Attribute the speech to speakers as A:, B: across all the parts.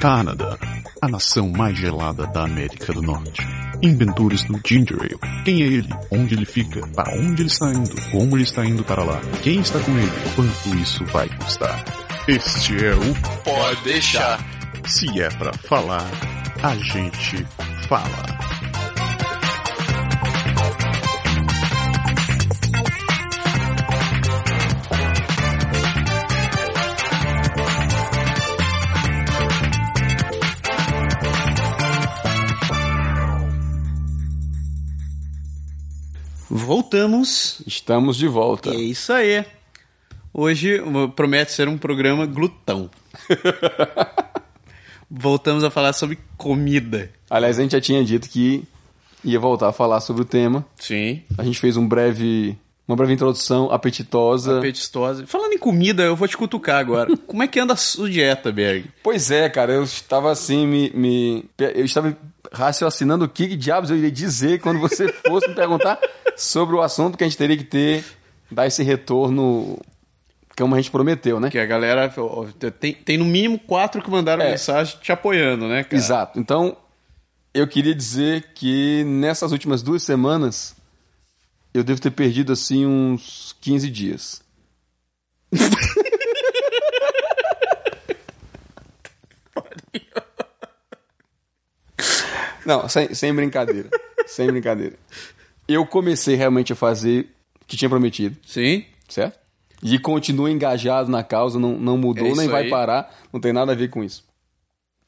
A: Canadá, a nação mais gelada da América do Norte. Inventores do Ginger Ale. Quem é ele? Onde ele fica? Para onde ele está indo? Como ele está indo para lá? Quem está com ele? Quanto isso vai custar? Este é o
B: Pode deixar.
A: Se é para falar, a gente fala.
C: Voltamos.
D: Estamos de volta.
C: E é isso aí. Hoje promete ser um programa glutão. Voltamos a falar sobre comida.
D: Aliás, a gente já tinha dito que ia voltar a falar sobre o tema.
C: Sim.
D: A gente fez um breve, uma breve introdução apetitosa.
C: Apetitosa. Falando em comida, eu vou te cutucar agora. Como é que anda a sua dieta, Berg?
D: Pois é, cara, eu estava assim, me, me- eu estava raciocinando o que que diabos eu iria dizer quando você fosse me perguntar sobre o assunto que a gente teria que ter, dar esse retorno como a gente prometeu, né?
C: Que a galera. ó, Tem, tem no mínimo quatro que mandaram
D: É.
C: mensagem te apoiando, né, cara?
D: Exato. Então, eu queria dizer que nessas últimas duas semanas, eu devo ter perdido, assim, uns 15 dias. Não, sem, sem brincadeira. sem brincadeira. Eu comecei realmente a fazer o que tinha prometido
C: Sim.
D: certo? E continua engajado na causa, não, não mudou,
C: É isso
D: nem vai
C: aí.
D: parar, não tem nada a ver com isso.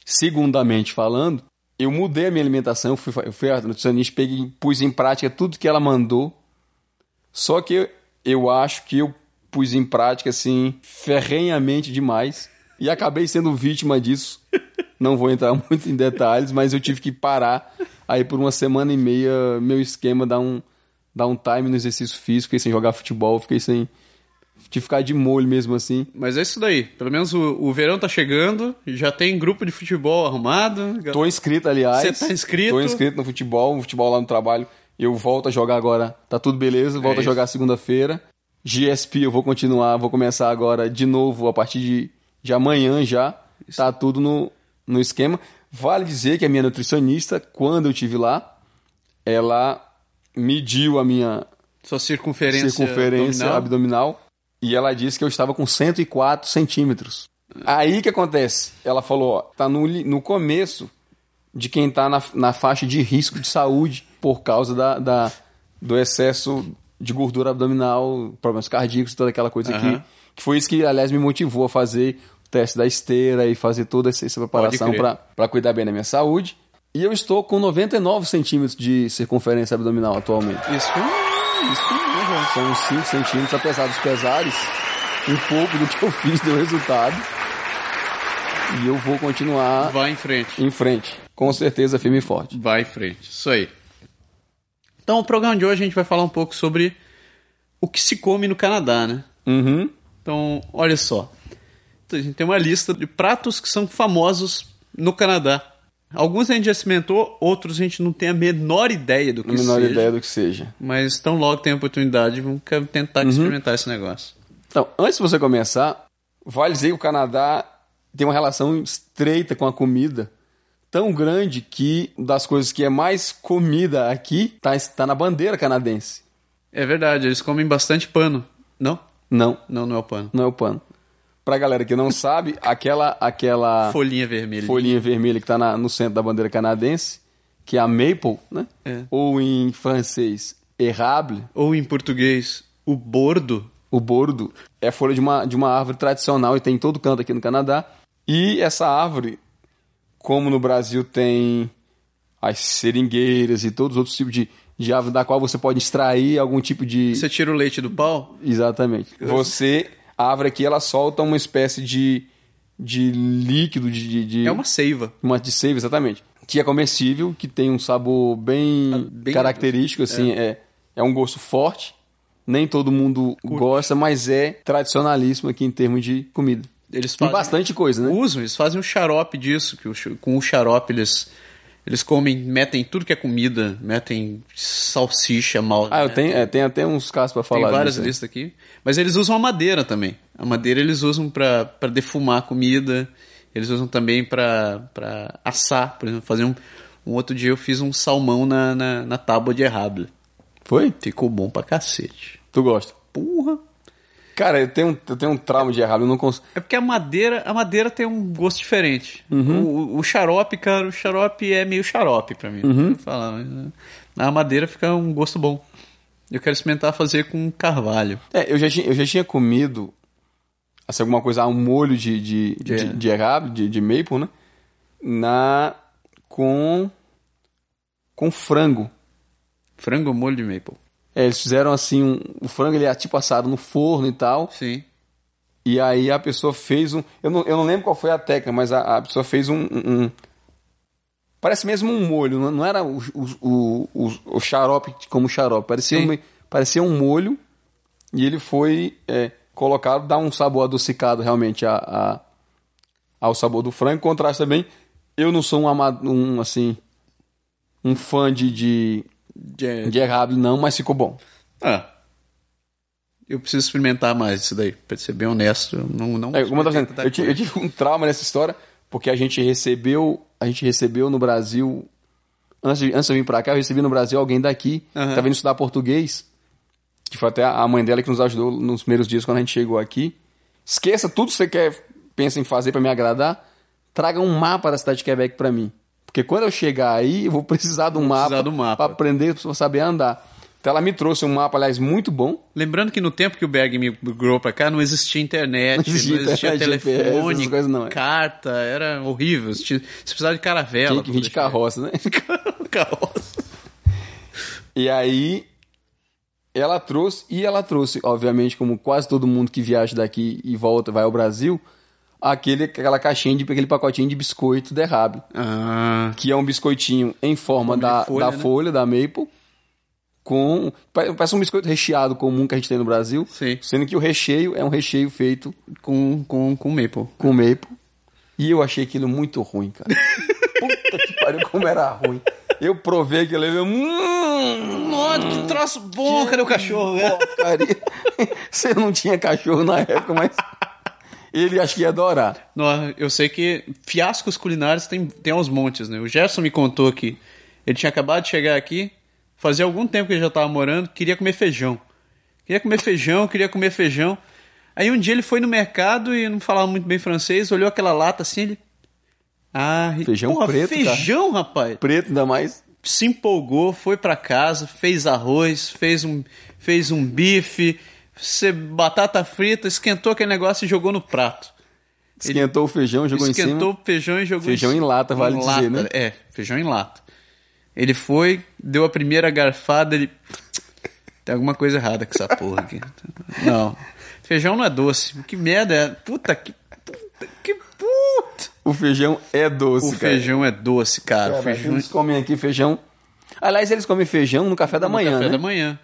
D: Segundamente falando, eu mudei a minha alimentação, eu fui, fa- eu fui a nutricionista, peguei, pus em prática tudo que ela mandou, só que eu, eu acho que eu pus em prática, assim, ferrenhamente demais, e acabei sendo vítima disso. Não vou entrar muito em detalhes, mas eu tive que parar aí por uma semana e meia meu esquema dar um, dar um time no exercício físico, fiquei sem jogar futebol, fiquei sem. de ficar de molho mesmo assim.
C: Mas é isso daí. Pelo menos o, o verão tá chegando, já tem grupo de futebol arrumado.
D: Tô inscrito, aliás.
C: Você tá inscrito?
D: Tô inscrito no futebol, no futebol lá no trabalho. Eu volto a jogar agora, tá tudo beleza, volto a
C: É isso.
D: jogar segunda-feira. GSP eu vou continuar, vou começar agora de novo a partir de, de amanhã já. Tá tudo no, no esquema. Vale dizer que a minha nutricionista, quando eu tive lá, ela mediu a minha
C: Sua circunferência.
D: circunferência abdominal.
C: abdominal.
D: E ela disse que eu estava com 104 centímetros. Aí que acontece? Ela falou, ó, tá no, li- no começo de quem tá na, na faixa de risco de saúde por causa da, da- do excesso de gordura abdominal, problemas cardíacos, toda aquela coisa
C: Aham.
D: que, que foi isso que, aliás, me motivou a fazer o teste da esteira e fazer toda essa, essa preparação
C: crer.
D: para cuidar bem da minha saúde. E eu estou com 99 centímetros de circunferência abdominal atualmente.
C: Isso foi um- isso foi um bom.
D: São 5 centímetros, apesar dos pesares, um pouco do que eu fiz deu resultado. E eu vou continuar
C: Vai em frente.
D: em frente. Com certeza, firme e forte.
C: Vai em frente. Isso aí. Então, o programa de hoje a gente vai falar um pouco sobre o que se come no Canadá, né?
D: Uhum.
C: Então, olha só. Então, A gente tem uma lista de pratos que são famosos no Canadá. Alguns a gente já cimentou, outros a gente não tem a menor ideia do que
D: A menor
C: seja.
D: ideia do que seja.
C: Mas tão logo tem a oportunidade, vamos ca- tentar
D: Uhum.
C: experimentar esse negócio.
D: Então, antes de você começar, vale dizer que o Canadá tem uma relação estreita com a comida tão grande que das coisas que é mais comida aqui tá, tá na bandeira canadense.
C: É verdade, eles comem bastante pano. Não?
D: Não,
C: Não, não é o pano.
D: não é o pano. Pra galera que não sabe, aquela aquela
C: Folhinha vermelha.
D: Ah. folhinha vermelha que está no centro da bandeira canadense, que é a maple, né?
C: É.
D: Ou em francês, érable,
C: Ou em português, o bordo.
D: o bordo, é a folha de uma, de uma árvore tradicional e tem em todo canto aqui no Canadá. E essa árvore, como no Brasil tem as seringueiras e todos os outros tipos de, de árvore da qual você pode extrair algum tipo de...
C: Você tira o leite do pau?
D: Exatamente. Você, a árvore aqui, ela solta uma espécie de, de líquido, de... de- de-
C: É uma seiva.
D: Uma de seiva, exatamente. Que é comestível, que tem um sabor Ah, bem,
C: bem-
D: característico, assim, é. É, um gosto forte. Nem todo mundo gosta, mas é tradicionalíssimo aqui em termos de comida.
C: Eles
D: Tem
C: fazem.
D: bastante coisa, né?
C: Usam, eles fazem um xarope disso, que o x- com o xarope eles, eles comem, metem tudo que é comida, metem salsicha, mal.
D: Ah, eu tenho, é, tem até uns casos pra
C: Tem
D: falar.
C: várias
D: disso é. aí.
C: listas aqui. Mas eles usam a madeira também. A madeira eles usam pra pra defumar a comida. Eles usam também para assar, por exemplo, fazer um, um outro dia eu fiz um salmão na, na, na tábua de errable.
D: Foi?
C: Ficou bom pra cacete.
D: Tu gosta?
C: Porra!
D: Cara, eu tenho, eu tenho um trauma de errado, eu não consigo.
C: É porque a madeira, a madeira tem um gosto diferente.
D: Uhum.
C: O, o- o xarope, cara, o xarope é meio xarope pra mim.
D: Uhum.
C: Vou Falar, mas, né, a madeira fica um gosto bom. Eu quero experimentar fazer com carvalho.
D: É, eu já tinha, eu já tinha comido assim, alguma coisa, ah, um molho de, de, de,
C: De-
D: de, errado, de, de maple, né? Na. Com. Com frango.
C: Frango ao molho de maple.
D: É, eles fizeram assim, um, o frango ele é tipo assado no forno e tal.
C: Sim.
D: E aí a pessoa fez um. Eu não, eu não lembro qual foi a técnica, mas a, a pessoa fez um, um- um- Parece mesmo um molho, não, não era o, o, o, o- o xarope como xarope. Parecia,
C: Sim.
D: um, parecia um molho e ele foi é, colocado, dá um sabor adocicado realmente a, a- ao sabor do frango. Contrasta bem. Eu não sou um, ama- um assim. Um fã de, de,
C: De-
D: de errable, não, mas ficou bom.
C: Ah. Eu preciso experimentar mais isso daí. Pra ser bem honesto, eu não. não
D: É, como eu, tava dizendo,
C: experimentei
D: eu ti- eu tive, um trauma nessa história, porque a gente recebeu, a gente recebeu no Brasil, antes de, antes de eu vir pra cá, eu recebi no Brasil alguém daqui, que
C: Aham.
D: tava indo estudar português, que foi até a mãe dela que nos ajudou nos primeiros dias quando a gente chegou aqui. Esqueça tudo que você quer, pensa em fazer pra me agradar, traga um mapa da cidade de Quebec pra mim. Porque quando eu chegar aí, eu vou precisar de um
C: precisar
D: mapa,
C: do mapa.
D: pra aprender, pra saber andar. Então ela me trouxe um mapa, aliás, muito bom.
C: Lembrando que no tempo que o Berg me migrou pra cá, não existia internet,
D: Não
C: não
D: existia
C: existia,
D: internet, GPS, essas
C: telefone,
D: coisas não, é.
C: carta, era horrível. Você, tinha- você precisava de caravela.
D: Tinha que vir de
C: pra
D: carroça, né?
C: poder- carroça.
D: E aí ela trouxe e ela trouxe, obviamente, como quase todo mundo que viaja daqui e volta vai ao Brasil, aquele aquela caixinha de aquele pacotinho de biscoito derrabe,
C: Ah,
D: que é um biscoitinho em forma
C: Forma de
D: da
C: folha,
D: da
C: né?
D: folha da maple com pare- parece um biscoito recheado comum que a gente tem no Brasil,
C: Sim.
D: sendo que o recheio é um recheio feito
C: com, com, com maple.
D: com maple. E eu achei aquilo muito ruim, cara. Puta que pariu, como era ruim. Eu provei aquilo e eu... Hum,
C: Nossa, que troço bom! Cadê o cachorro? né?
D: porcaria. Você não tinha cachorro na época, mas ele acho que ia adorar.
C: Não, eu sei que fiascos culinários tem, tem aos montes, né? O Gerson me contou que ele tinha acabado de chegar aqui, fazia algum tempo que ele já estava morando, queria comer feijão. Queria comer feijão, queria comer feijão. Aí um dia ele foi no mercado e não falava muito bem francês, olhou aquela lata assim, ele... Ah,
D: Feijão
C: porra,
D: preto, cara.
C: feijão, rapaz!
D: Preto ainda mais.
C: se empolgou, foi pra casa, fez arroz, fez um, fez um bife, ce- batata frita, esquentou aquele negócio e jogou no prato.
D: Esquentou o feijão, jogou em
C: esquentou
D: cima.
C: o feijão e jogou
D: Feijão em lata, vale dizer,
C: lata,
D: né?
C: É, feijão em lata. Ele foi, deu a primeira garfada, ele... Tem alguma coisa errada com essa porra aqui. Não. Feijão não é doce. Que merda é? Puta que... Puta que puta!
D: O feijão é doce,
C: O
D: cara.
C: feijão é doce, cara.
D: Cara,
C: o feijão
D: Eles comem aqui feijão. Aliás, eles comem feijão no café da
C: no
D: manhã,
C: é café
D: né?
C: da manhã.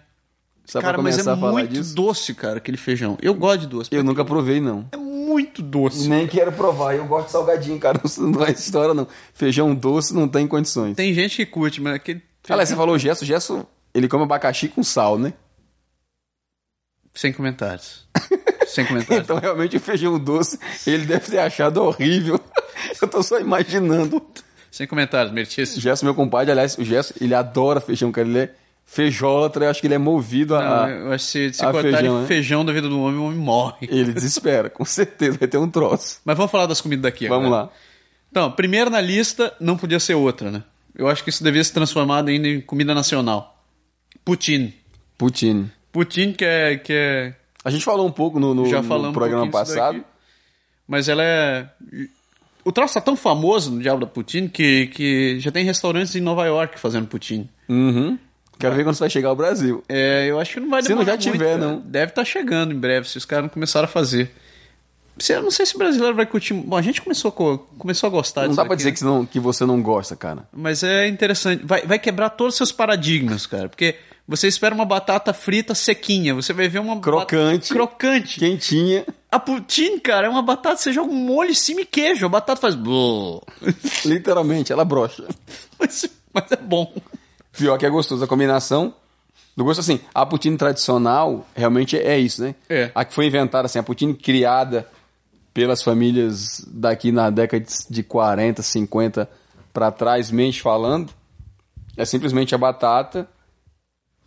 D: Só pra
C: cara, mas é
D: começar a falar
C: muito
D: disso.
C: doce, cara, aquele feijão. Eu gosto de doce.
D: Eu nunca provei, não.
C: É muito doce.
D: Nem quero provar. Eu gosto de salgadinho, cara. Não é história, não. Feijão doce não tem condições.
C: Tem gente que curte, mas aquele.
D: Aliás, você falou o gesso. O gesso, ele come abacaxi com sal, né?
C: Sem comentários. Sem comentários.
D: Então, realmente, o feijão doce, ele deve ter achado horrível. Eu tô só imaginando.
C: Sem comentários,
D: O
C: Mertice.
D: Gesso, meu compadre, aliás, o Gesso, ele adora feijão, cara. Ele é feijólotra, eu acho que ele é movido a...
C: Não, eu acho que se, se
D: ah,
C: cortarem
D: feijão,
C: feijão,
D: né?
C: da vida do homem, o homem morre.
D: Ele desespera, com certeza, vai ter um troço.
C: Mas vamos falar das comidas daqui agora.
D: Vamos lá.
C: Então, primeiro na lista, não podia ser outra, né? Eu acho que isso devia ser transformado ainda em comida nacional. Poutine.
D: Poutine.
C: Poutine que é... Que é
D: A gente falou um pouco no, no-
C: já
D: no
C: falamos um
D: programa
C: pouquinho disso
D: passado.
C: daqui. mas ela é. O troço tá tão famoso no Diabo da Poutine que, que já tem restaurantes em Nova York fazendo poutine.
D: Uhum. Quero ver quando você vai chegar ao Brasil.
C: É, eu acho que não vai
D: Se não
C: demorar
D: já
C: muito,
D: tiver, né?
C: cara.
D: não.
C: Deve estar chegando em breve, se os caras não começaram a fazer. Se- Eu não sei se o brasileiro vai curtir. Bom, a gente começou, co- começou a gostar
D: Não
C: disso
D: dá pra
C: daqui,
D: dizer
C: né?
D: que, não- que você não gosta, cara.
C: Mas é interessante. Vai, vai quebrar todos os seus paradigmas, cara. Porque você espera uma batata frita sequinha. Você vai ver uma.
D: Crocante.
C: bat- Crocante.
D: Quentinha.
C: A poutine, cara, é uma batata. Você joga um molho em cima e queijo. A batata faz. blô.
D: Literalmente, ela brocha.
C: Mas, mas é bom.
D: Pior que é gostoso a combinação. Do gosto assim, a poutine tradicional realmente é isso, né?
C: É.
D: A que foi inventada assim, a poutine criada pelas famílias daqui na década de 40, 50 para trás, mente falando, é simplesmente a batata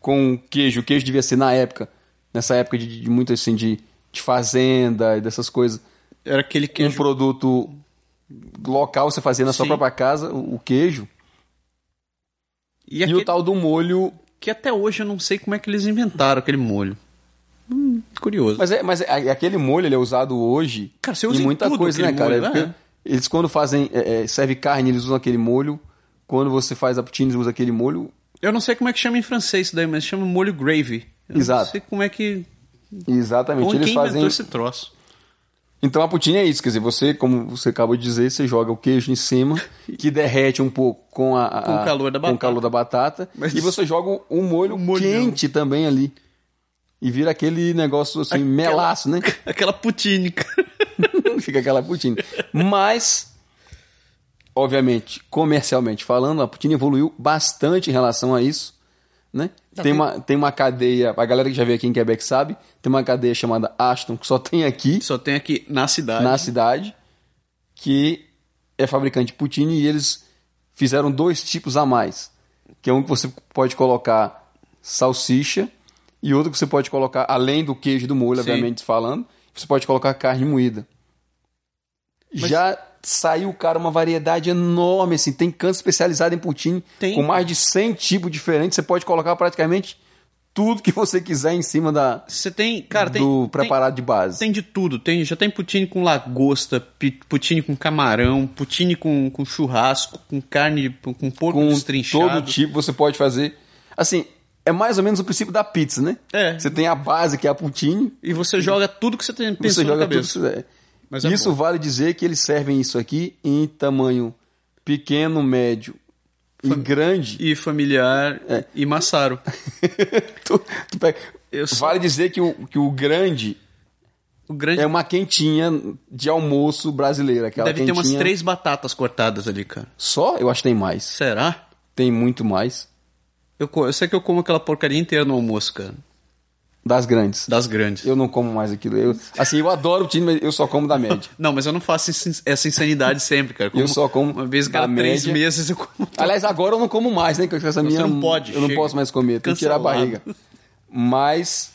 D: com queijo. O queijo devia ser na época, nessa época de, de muito assim de, de fazenda e dessas coisas.
C: Era aquele
D: Um
C: queijo.
D: produto local você fazia na sua
C: Sim.
D: própria casa, o, o queijo.
C: E,
D: E,
C: aquele
D: o tal do molho.
C: que até hoje eu não sei como é que eles inventaram aquele molho. Hum, curioso.
D: Mas, é, mas é- aquele molho ele é usado hoje
C: Cara, você
D: em
C: usa em
D: muita
C: tudo
D: coisa, né,
C: aquele
D: cara?
C: molho,
D: É porque
C: né?
D: Eles quando fazem. É, é, serve carne, eles usam aquele molho. Quando você faz a poutine, eles usam aquele molho.
C: Eu não sei como é que chama em francês isso daí, mas chama molho gravy. Eu
D: Exato.
C: Não sei como é que.
D: Exatamente.
C: Onde
D: eles
C: quem
D: fazem.
C: inventou esse troço?
D: Então a poutine é isso, quer dizer, você, como você acabou de dizer, você joga o queijo em cima, que derrete um pouco com, a, a-
C: Com o calor da
D: com o
C: batata.
D: calor da batata,
C: Mas-
D: e você joga o- um molho
C: Um molhão.
D: quente também ali. E vira aquele negócio assim, melaço, né?
C: Aquela poutine, cara.
D: Fica aquela poutine. Mas, obviamente, comercialmente falando, a poutine evoluiu bastante em relação a isso. Né? Tem, uma, tem uma cadeia, a galera que já veio aqui em Quebec sabe, tem uma cadeia chamada Ashton, que só tem aqui
C: Só tem aqui na cidade.
D: na cidade que é fabricante de poutine e eles fizeram dois tipos a mais. Que é um que você pode colocar salsicha e outro que você pode colocar, além do queijo e do molho,
C: Sim.
D: obviamente falando, você pode colocar carne moída. Já saiu, cara, uma variedade enorme, assim. Tem canto especializado em poutine
C: Tem.
D: com mais de 100 tipos diferentes. Você pode colocar praticamente tudo que você quiser em cima da,
C: Você tem, cara, tem,
D: do
C: tem-
D: preparado de base.
C: tem de tudo. Tem, já tem poutine com lagosta, pi- poutine com camarão, poutine com, com churrasco, com carne, com porco
D: com
C: destrinchado.
D: todo tipo você pode fazer. Assim, é mais ou menos o princípio da pizza, né?
C: É.
D: Você tem a base que é a poutine,
C: E você joga tudo que você tem
D: e você
C: pensando na
D: joga tudo.
C: cabeça.
D: que você-
C: Mas é
D: isso
C: bom.
D: vale dizer que eles servem isso aqui em tamanho pequeno, médio e grande.
C: E familiar
D: É.
C: e massaro.
D: Tu- tu pega-
C: Eu sou-
D: Vale dizer que o, que o grande
C: O grande
D: é uma quentinha de almoço brasileira, aquela
C: deve ter umas
D: quentinha-
C: três batatas cortadas ali, cara.
D: Só? Eu acho que tem mais.
C: Será?
D: Tem muito mais
C: Eu, co- eu sei que eu como aquela porcaria inteira no almoço, cara.
D: das grandes.
C: Das grandes.
D: Eu não como mais aquilo. Eu, assim, eu adoro poutine, mas eu só como da média.
C: Não, mas eu não faço ins- essa insanidade sempre, cara.
D: Eu só como
C: Uma vez a cada
D: na
C: três
D: média.
C: meses eu como.
D: Aliás, agora eu não como mais, né? Com essa minha,
C: não pode,
D: Eu não
C: chega.
D: posso mais comer, tem que tirar a
C: Cancelado.
D: barriga. Mas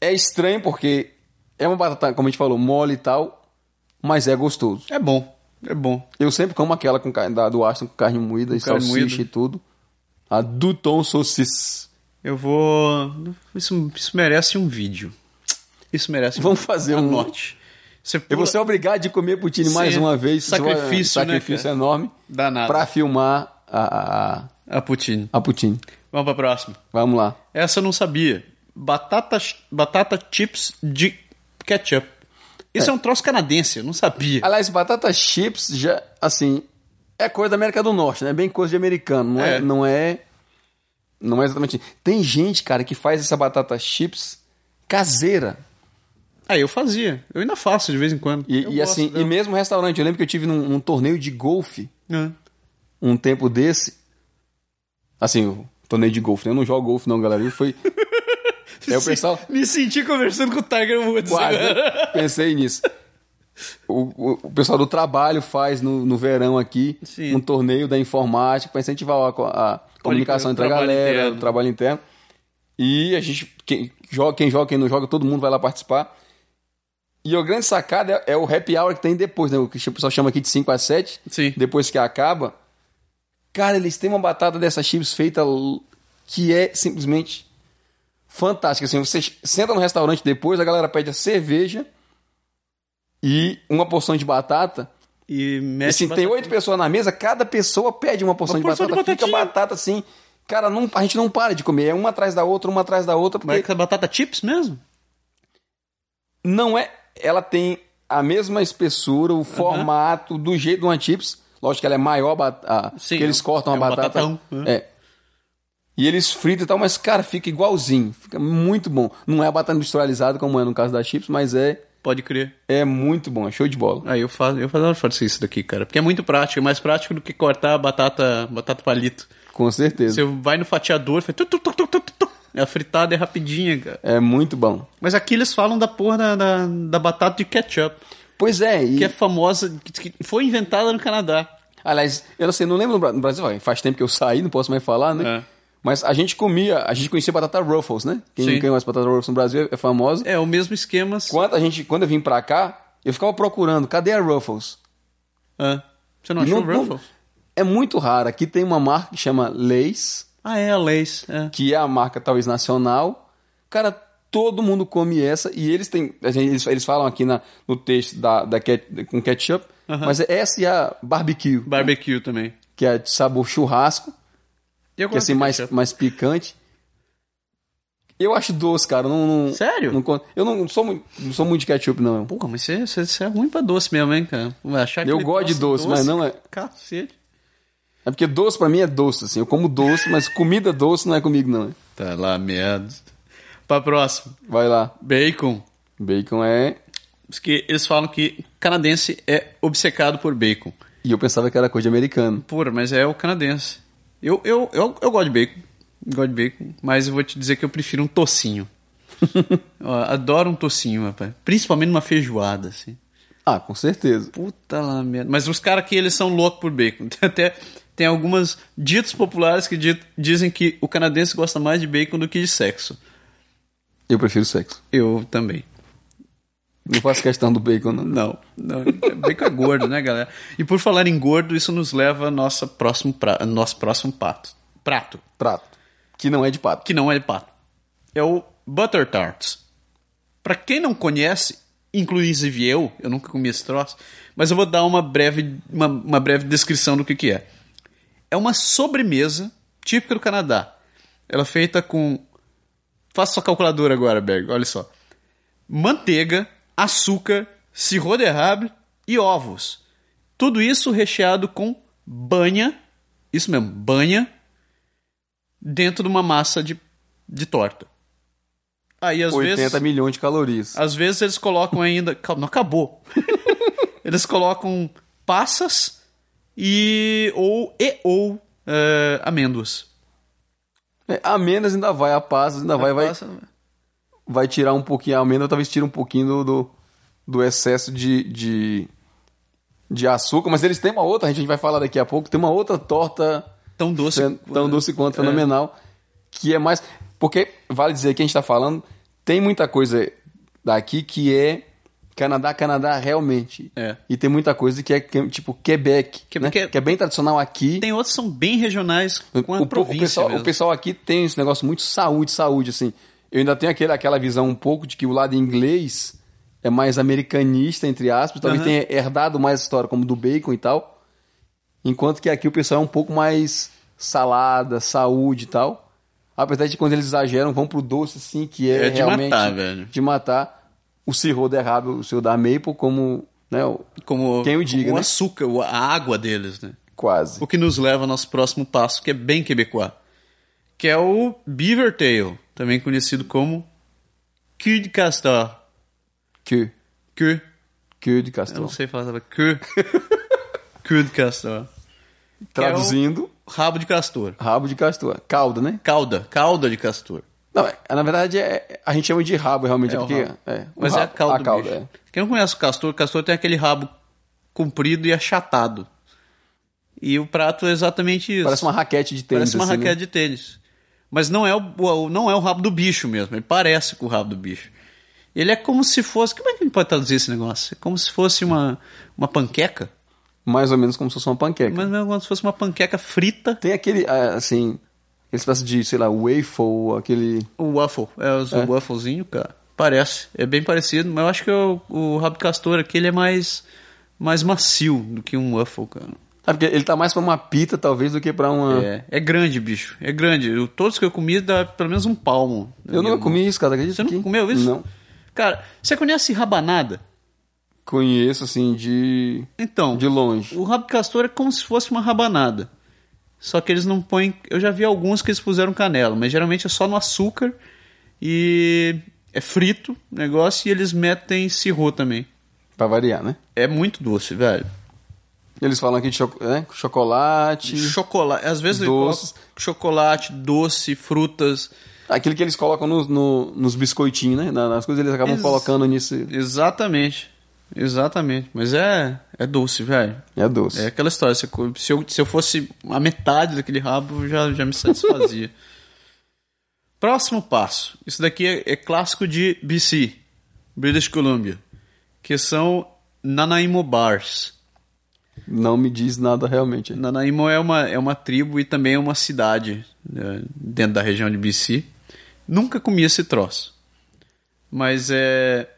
D: é estranho porque é uma batata, como a gente falou, mole e tal, mas é gostoso.
C: É bom, é bom.
D: Eu sempre como aquela com carne, da, do Aston com carne moída e
C: carne
D: salsicha
C: moída.
D: e tudo. A Duton Saucisse.
C: Eu vou. Isso, isso merece um vídeo. Isso merece
D: Vamos
C: um
D: fazer um-
C: Anote. Você
D: Eu
C: pula-
D: vou ser obrigado de comer poutine mais
C: Sim.
D: uma vez. Isso vai-
C: Sacrifício, né,
D: Sacrifício
C: cara?
D: enorme
C: Danado.
D: pra filmar a, a,
C: A Putin.
D: a poutine.
C: Vamos pra próxima.
D: Vamos lá.
C: Essa eu não sabia. Batata, batata chips de ketchup. Isso é. um troço canadense, eu não sabia.
D: Aliás, batata chips já, assim, é coisa da América do Norte, né? Bem coisa de americano, não é,
C: É.
D: não é não é exatamente. Tem gente, cara, que faz essa batata chips caseira.
C: Ah, eu fazia. Eu ainda faço de vez em quando.
D: E,
C: Eu
D: e
C: gosto
D: assim, e
C: dela.
D: mesmo restaurante, eu lembro que eu tive num, num torneio de golfe
C: É.
D: um tempo desse. Assim, o torneio de golfe, né? Eu não jogo golfe não, galera. Eu Foi É o pessoal
C: Me senti conversando com o Tiger Woods.
D: Quase, né?
C: agora.
D: Pensei nisso. O, o- o pessoal do trabalho faz no, no verão aqui
C: Sim.
D: um torneio da informática para incentivar a, co- a comunicação
C: o
D: entre a
C: trabalho
D: galera,
C: interno.
D: o trabalho interno. E a gente, quem joga, quem joga, quem não joga, todo mundo vai lá participar. E a grande sacada é, é o happy hour que tem depois, né? O que o pessoal chama aqui de 5 a 7.
C: Sim.
D: Depois que acaba. Cara, eles têm uma batata dessa chips feita l- que é simplesmente fantástica. Assim, você senta no restaurante depois, a galera pede a cerveja e uma porção de batata.
C: E
D: E,
C: mexe
D: assim, tem
C: bastante.
D: oito pessoas na mesa, cada pessoa pede uma
C: Uma
D: porção, de,
C: porção de
D: batata, fica
C: batatinha.
D: batata assim. Cara, não, a gente não para de comer, é uma atrás da outra, uma atrás da outra, porque
C: Mas é batata chips mesmo?
D: não é. Ela tem a mesma espessura, o formato, do jeito de uma chips. Lógico que ela é maior, a bat- a,
C: Sim,
D: porque eles
C: é um-
D: cortam
C: é
D: a
C: um
D: batata.
C: batatão, né?
D: É. E eles fritam e tal, mas, cara, fica igualzinho. Fica muito bom. Não é a batata industrializada, como é no caso da chips, mas é,
C: Pode crer.
D: é muito bom. É show de bola.
C: Ah, eu faço, eu faço, eu faço isso daqui, cara. Porque é muito prático, é mais prático do que cortar a batata, batata palito.
D: Com certeza.
C: Você vai no fatiador, faz... tu, tu, tu, tu, tu, tu, tu. É a fritada é rapidinha, cara.
D: É muito bom.
C: Mas aqui eles falam da porra da, da, da batata de ketchup.
D: Pois é. E,
C: que é famosa, que que foi inventada no Canadá.
D: Aliás, eu não sei, não lembro no Bra- no Brasil, olha, faz tempo que eu saí, não posso mais falar, né?
C: É.
D: Mas a gente comia, a gente conhecia batata Ruffles, né? Quem
C: Sim.
D: não conhece batata Ruffles no Brasil é famosa.
C: É o mesmo esquema. s-
D: Quando, a gente, quando eu vim pra cá, eu ficava procurando, cadê a Ruffles?
C: Ah, Você não
D: E
C: achou o
D: não-
C: Ruffles?
D: É muito raro. Aqui tem uma marca que chama Lays,
C: Ah, é, a Lays. É.
D: que é a marca talvez nacional. Cara, todo mundo come essa e eles têm. a gente- Eles, eles falam aqui na, no texto da, da ket- com ketchup, mas essa é a barbecue,
C: Barbecue também.
D: que é de sabor churrasco,
C: Eu
D: que é
C: gosto
D: assim
C: de
D: mais,
C: ketchup.
D: mais picante. Eu acho doce, cara. Não, não-
C: Sério?
D: não con- eu não sou, muito, não sou muito de ketchup, não.
C: Porra, mas você, você, você é ruim pra doce mesmo, hein, cara? Vai Achar
D: Eu
C: aquele
D: gosto de doce, mas não é.
C: Cacete.
D: É porque doce pra mim é doce, assim. Eu como doce, mas comida doce não é comigo, não.
C: Tá lá, merda. Pra próximo.
D: Vai lá.
C: Bacon.
D: Bacon é.
C: Diz que eles falam que canadense é obcecado por bacon.
D: E eu pensava que era coisa de americano.
C: Pura, mas é o canadense. Eu, eu, eu, eu gosto de bacon. Gosto de bacon, mas eu vou te dizer que eu prefiro um tocinho. Ó, Adoro um tocinho, rapaz. Principalmente numa feijoada, assim.
D: Ah, com certeza.
C: Puta lá merda. Mas os caras aqui, eles são loucos por bacon. Tem até tem algumas ditos populares que di- dizem que o canadense gosta mais de bacon do que de sexo.
D: Eu prefiro sexo.
C: Eu também.
D: Não faço questão do bacon, não.
C: Não, não. Bacon é gordo, né, galera? E por falar em gordo, isso nos leva ao nosso próximo, pra, nosso próximo pato. prato.
D: Prato. Que não é de pato.
C: que não é pato. É o Butter Tarts. Pra quem não conhece, inclusive eu, eu nunca comi esse troço, mas eu vou dar uma breve, uma, uma breve descrição do que, que é. É uma sobremesa típica do Canadá. Ela é feita com. Faça sua calculadora agora, Berg, olha só. Manteiga, açúcar, sirro d'érable e ovos. Tudo isso recheado com banha, isso mesmo, banha, dentro de uma massa de, de torta. Aí às
D: 80
C: vezes.
D: milhões de calorias.
C: Às vezes eles colocam ainda. Calma, não acabou. eles colocam passas e ou e ou eh, amêndoas.
D: É, a amêndoas ainda vai, a passas ainda vai, vai,
C: Passa-
D: vai tirar um pouquinho. A amêndoa talvez tire um pouquinho do, do, do excesso de, de, de açúcar. Mas eles têm uma outra, a gente vai falar daqui a pouco. Tem uma outra torta
C: Tão doce. é.
D: Fen- tão doce quanto fenomenal. Que é mais. Porque, vale dizer que a gente tá falando, tem muita coisa daqui que é Canadá, Canadá realmente.
C: É.
D: E tem muita coisa que é que- tipo Quebec.
C: Quebec
D: né?
C: é-
D: Que é bem tradicional aqui.
C: Tem outros que são bem regionais com a
D: o, pro- o
C: província.
D: pessoal,
C: mesmo.
D: o pessoal aqui tem esse negócio muito saúde, saúde, assim. Eu ainda tenho aquele, aquela visão um pouco de que o lado inglês é mais americanista, entre aspas, talvez
C: Aham.
D: tenha herdado mais história, como do bacon e tal. Enquanto que aqui o pessoal é um pouco mais salada, saúde e tal. Apesar de quando eles exageram, vão pro doce, assim, que é,
C: É de
D: realmente
C: matar, velho.
D: de matar o sirro derrado, o sirro da maple, como, né, o-
C: Como
D: Quem o diga,
C: o
D: né?
C: açúcar, o- a água deles, né?
D: quase.
C: O que nos leva ao nosso próximo passo, que é bem quebecois. Que é o Beaver Tail, também conhecido como Cul de Castor.
D: Que,
C: Cul
D: que de
C: Eu
D: Castro.
C: não sei falar essa palavra. Cur. Cur de castor. é
D: Traduzindo,
C: Rabo de castor.
D: rabo de castor. Calda, né?
C: Cauda. Cauda de castor.
D: Não, é- na verdade, é, a gente chama de rabo, realmente,
C: o
D: porque...
C: rabo.
D: É, o
C: Mas é a
D: rabo,
C: cauda. do bicho.
D: é.
C: Quem não conhece o castor, o castor tem aquele rabo comprido e achatado. E o prato é exatamente isso.
D: Parece uma raquete de tênis,
C: Parece uma
D: assim, né?
C: raquete de tênis. Mas não é o, o- não é o rabo do bicho mesmo. Ele parece com o rabo do bicho. Ele é como se fosse. Como é que a gente pode traduzir esse negócio? É como se fosse uma, uma panqueca.
D: Mais ou menos como se fosse uma panqueca.
C: Mas não é como se fosse uma panqueca frita.
D: Tem aquele, ah, assim, aquele espécie de, sei lá, waffle, aquele...
C: O waffle, é os- o wafflezinho, cara. Parece, é bem parecido, mas eu acho que o, o rabo de castor aqui ele é mais, mais macio do que um waffle, cara.
D: Ah, porque ele tá mais pra uma pita, talvez, do que pra uma...
C: É, é grande, bicho, é grande. Eu- todos que eu comi dá pelo menos um palmo.
D: Eu nunca comi isso, cara, acredita?
C: Você nunca
D: que-
C: comeu isso?
D: Não.
C: Cara, você conhece rabanada?
D: Conheço, assim, de...
C: Então,
D: de longe.
C: o rabo de castor é como se fosse uma rabanada. Só que eles não põem. Eu já vi alguns que eles puseram canela, mas geralmente é só no açúcar e é frito o negócio e eles metem sirro também.
D: Pra variar, né?
C: É muito doce, velho.
D: Eles falam aqui de choco- né? chocolate...
C: Chocolate. Às vezes
D: Doce.
C: doce. chocolate, doce, frutas.
D: Aquilo que eles colocam nos, no- nos biscoitinhos, né? Na- Nas coisas eles acabam
C: Ex-
D: colocando nisso.
C: Exatamente. Exatamente. Mas é, é doce, velho.
D: É doce.
C: É aquela história. Se eu, se eu, se eu fosse a metade daquele rabo, já, já me satisfazia. Próximo passo. Isso daqui é, é clássico de BC, British Columbia, que são Nanaimo Bars.
D: Não me diz nada realmente.
C: Nanaimo é uma, é uma tribo e também é uma cidade né, dentro da região de BC. Nunca comi esse troço. Mas é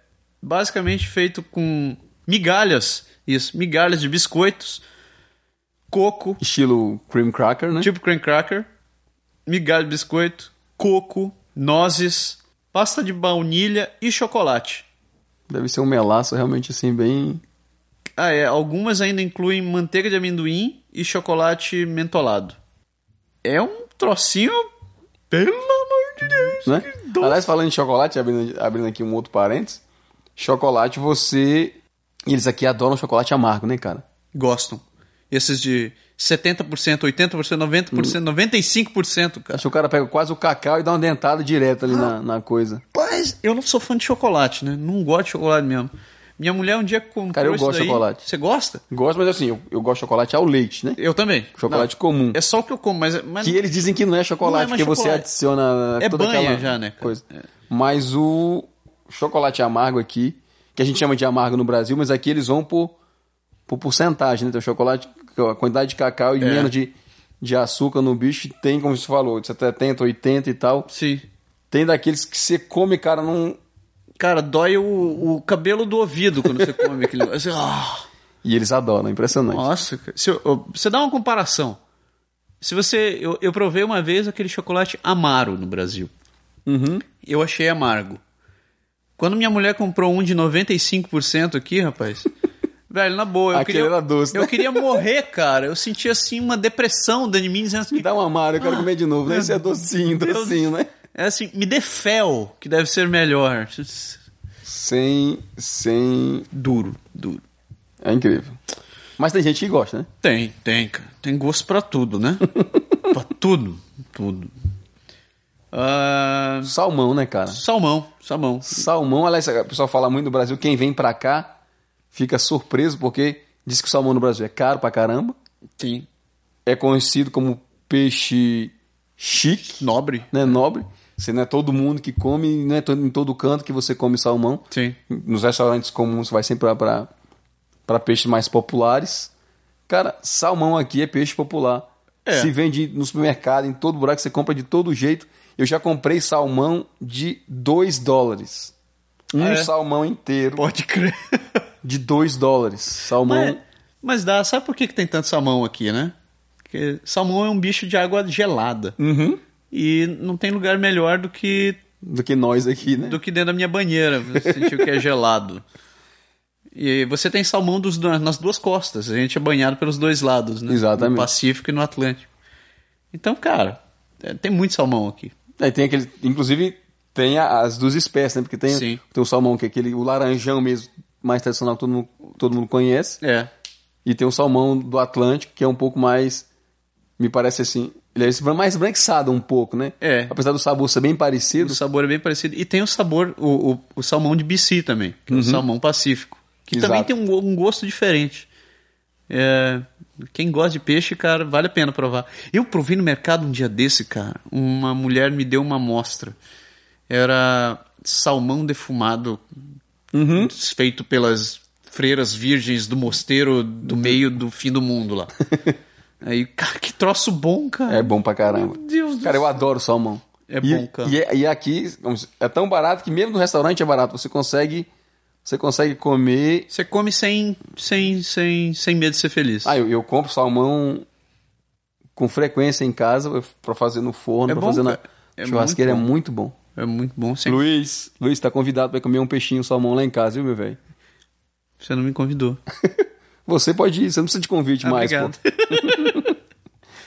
C: basicamente feito com migalhas, isso, migalhas de biscoitos, coco,
D: Estilo cream cracker, né?
C: tipo cream cracker, migalha de biscoito, coco, nozes, pasta de baunilha e chocolate.
D: Deve ser um melaço realmente assim, bem.
C: Ah, é. Algumas ainda incluem manteiga de amendoim e chocolate mentolado. É um trocinho. Pelo amor de Deus!
D: Né?
C: que doce.
D: Aliás, falando em chocolate, abrindo, abrindo aqui um outro parênteses. Chocolate, você. Eles aqui adoram chocolate amargo, né, cara?
C: Gostam. Esses de 70%, 80%, 90%, 95%, cara.
D: Acho que o cara pega quase o cacau e dá uma dentada direto
C: Ah.
D: ali na, na coisa.
C: Rapaz, eu não sou fã de chocolate, né? Não gosto de chocolate mesmo. Minha mulher um dia comprou
D: Cara, eu
C: isso
D: gosto de
C: daí.
D: chocolate.
C: Você gosta?
D: Gosto, mas assim, eu, eu gosto de chocolate ao leite, né?
C: Eu também.
D: Chocolate comum.
C: Não, é só o que eu como, mas... mas
D: Que eles dizem que não é
C: Não
D: chocolate,
C: é mais
D: porque você
C: chocolate.
D: adiciona
C: É
D: toda
C: banha
D: aquela
C: já, né, cara?
D: coisa. Mas o chocolate amargo aqui, que a gente chama de amargo no Brasil, mas aqui eles vão por, por porcentagem, né? Tem o chocolate, a quantidade de cacau
C: É.
D: e menos de, de açúcar no bicho, tem, como você falou, de 70, 80 e tal.
C: Sim.
D: Tem daqueles que você come, cara, não.
C: Cara, dói o, o cabelo do ouvido quando você come aquele... Assim, ah.
D: E eles adoram, é impressionante.
C: Nossa, cara. Se eu- eu- você dá uma comparação. Se você. Eu, eu provei uma vez aquele chocolate amaro no Brasil.
D: Uhum.
C: Eu achei amargo. Quando minha mulher comprou um de 95% aqui, rapaz. velho, na boa. Eu
D: Aquele
C: queria,
D: era doce, né?
C: Eu queria morrer, cara. Eu senti assim uma depressão dentro de mim dizendo
D: Me
C: assim.
D: dá um amargo, eu quero comer de novo, né? Esse é docinho, docinho, né?
C: É assim, me dê fel, que deve ser melhor.
D: Sem. Sem.
C: Duro, duro.
D: É incrível. Mas tem gente que gosta, né?
C: Tem, tem, cara. Tem gosto pra tudo, né? pra tudo, tudo. Ah,
D: Salmão, né, cara?
C: Salmão, salmão.
D: Salmão, aliás, o pessoal fala muito do Brasil. Quem vem pra cá fica surpreso porque diz que o salmão no Brasil é caro pra caramba.
C: Sim.
D: É conhecido como peixe chique,
C: Nobre.
D: né? Nobre. Você não é todo mundo que come, não é to- em todo canto que você come salmão.
C: Sim.
D: Nos restaurantes comuns você vai sempre pra- pra pra peixes mais populares. Cara, salmão aqui é peixe popular.
C: É.
D: Se vende no supermercado, em todo buraco, você compra de todo jeito. Eu já comprei salmão de 2 dólares. Um
C: Ah, é?
D: salmão inteiro
C: Pode crer.
D: de 2 dólares. Salmão.
C: Mas, mas dá, sabe por que, que tem tanto salmão aqui, né? Porque salmão é um bicho de água gelada.
D: Uhum.
C: E não tem lugar melhor do que,
D: Do que nós aqui, né?
C: do que dentro da minha banheira, pra eu sentir o que é gelado. E você tem salmão dos, do- nas duas costas. A gente é banhado pelos dois lados, né?
D: Exatamente.
C: No Pacífico e no Atlântico. Então, cara, é, tem muito salmão aqui.
D: Aí tem aquele. Inclusive, tem a- as duas espécies, né? Porque tem,
C: Sim.
D: tem o salmão, que é aquele, o laranjão mesmo, mais tradicional que todo mundo, todo mundo conhece.
C: É.
D: E tem o salmão do Atlântico, que é um pouco mais. Me parece assim. Ele é esse mais branquiçado um pouco, né?
C: É.
D: Apesar do sabor ser bem
C: O
D: parecido.
C: sabor é bem parecido. E tem o sabor, o, o, o salmão de BC também, que é o salmão pacífico. Que
D: Uhum. Exato.
C: também tem um, go- um gosto diferente. É, quem gosta de peixe, cara, vale a pena provar. Eu provei no mercado um dia desse, cara. Uma mulher me deu uma amostra. Era salmão defumado
D: Uhum.
C: feito pelas freiras virgens do mosteiro do
D: Uhum.
C: meio do fim do mundo lá. Aí, cara, que troço bom, cara.
D: É bom pra caramba.
C: Meu Deus do
D: Cara, eu adoro salmão.
C: É
D: e,
C: bom, cara.
D: E, é- e aqui vamos dizer, é tão barato que mesmo no restaurante é barato. Você consegue, você consegue comer.
C: Você come sem, sem, sem, sem medo de ser feliz.
D: Ah, eu, eu compro salmão com frequência em casa eu- pra fazer no forno,
C: É
D: pra
C: bom,
D: fazer na
C: cara. É
D: churrasqueira.
C: muito
D: é muito bom.
C: É muito bom. Você,
D: Luiz, Luiz tá convidado pra comer um peixinho salmão lá em casa, viu, meu velho?
C: você não me convidou. Ah,
D: Você pode ir, você não precisa de convite mais, pô.
C: Obrigado.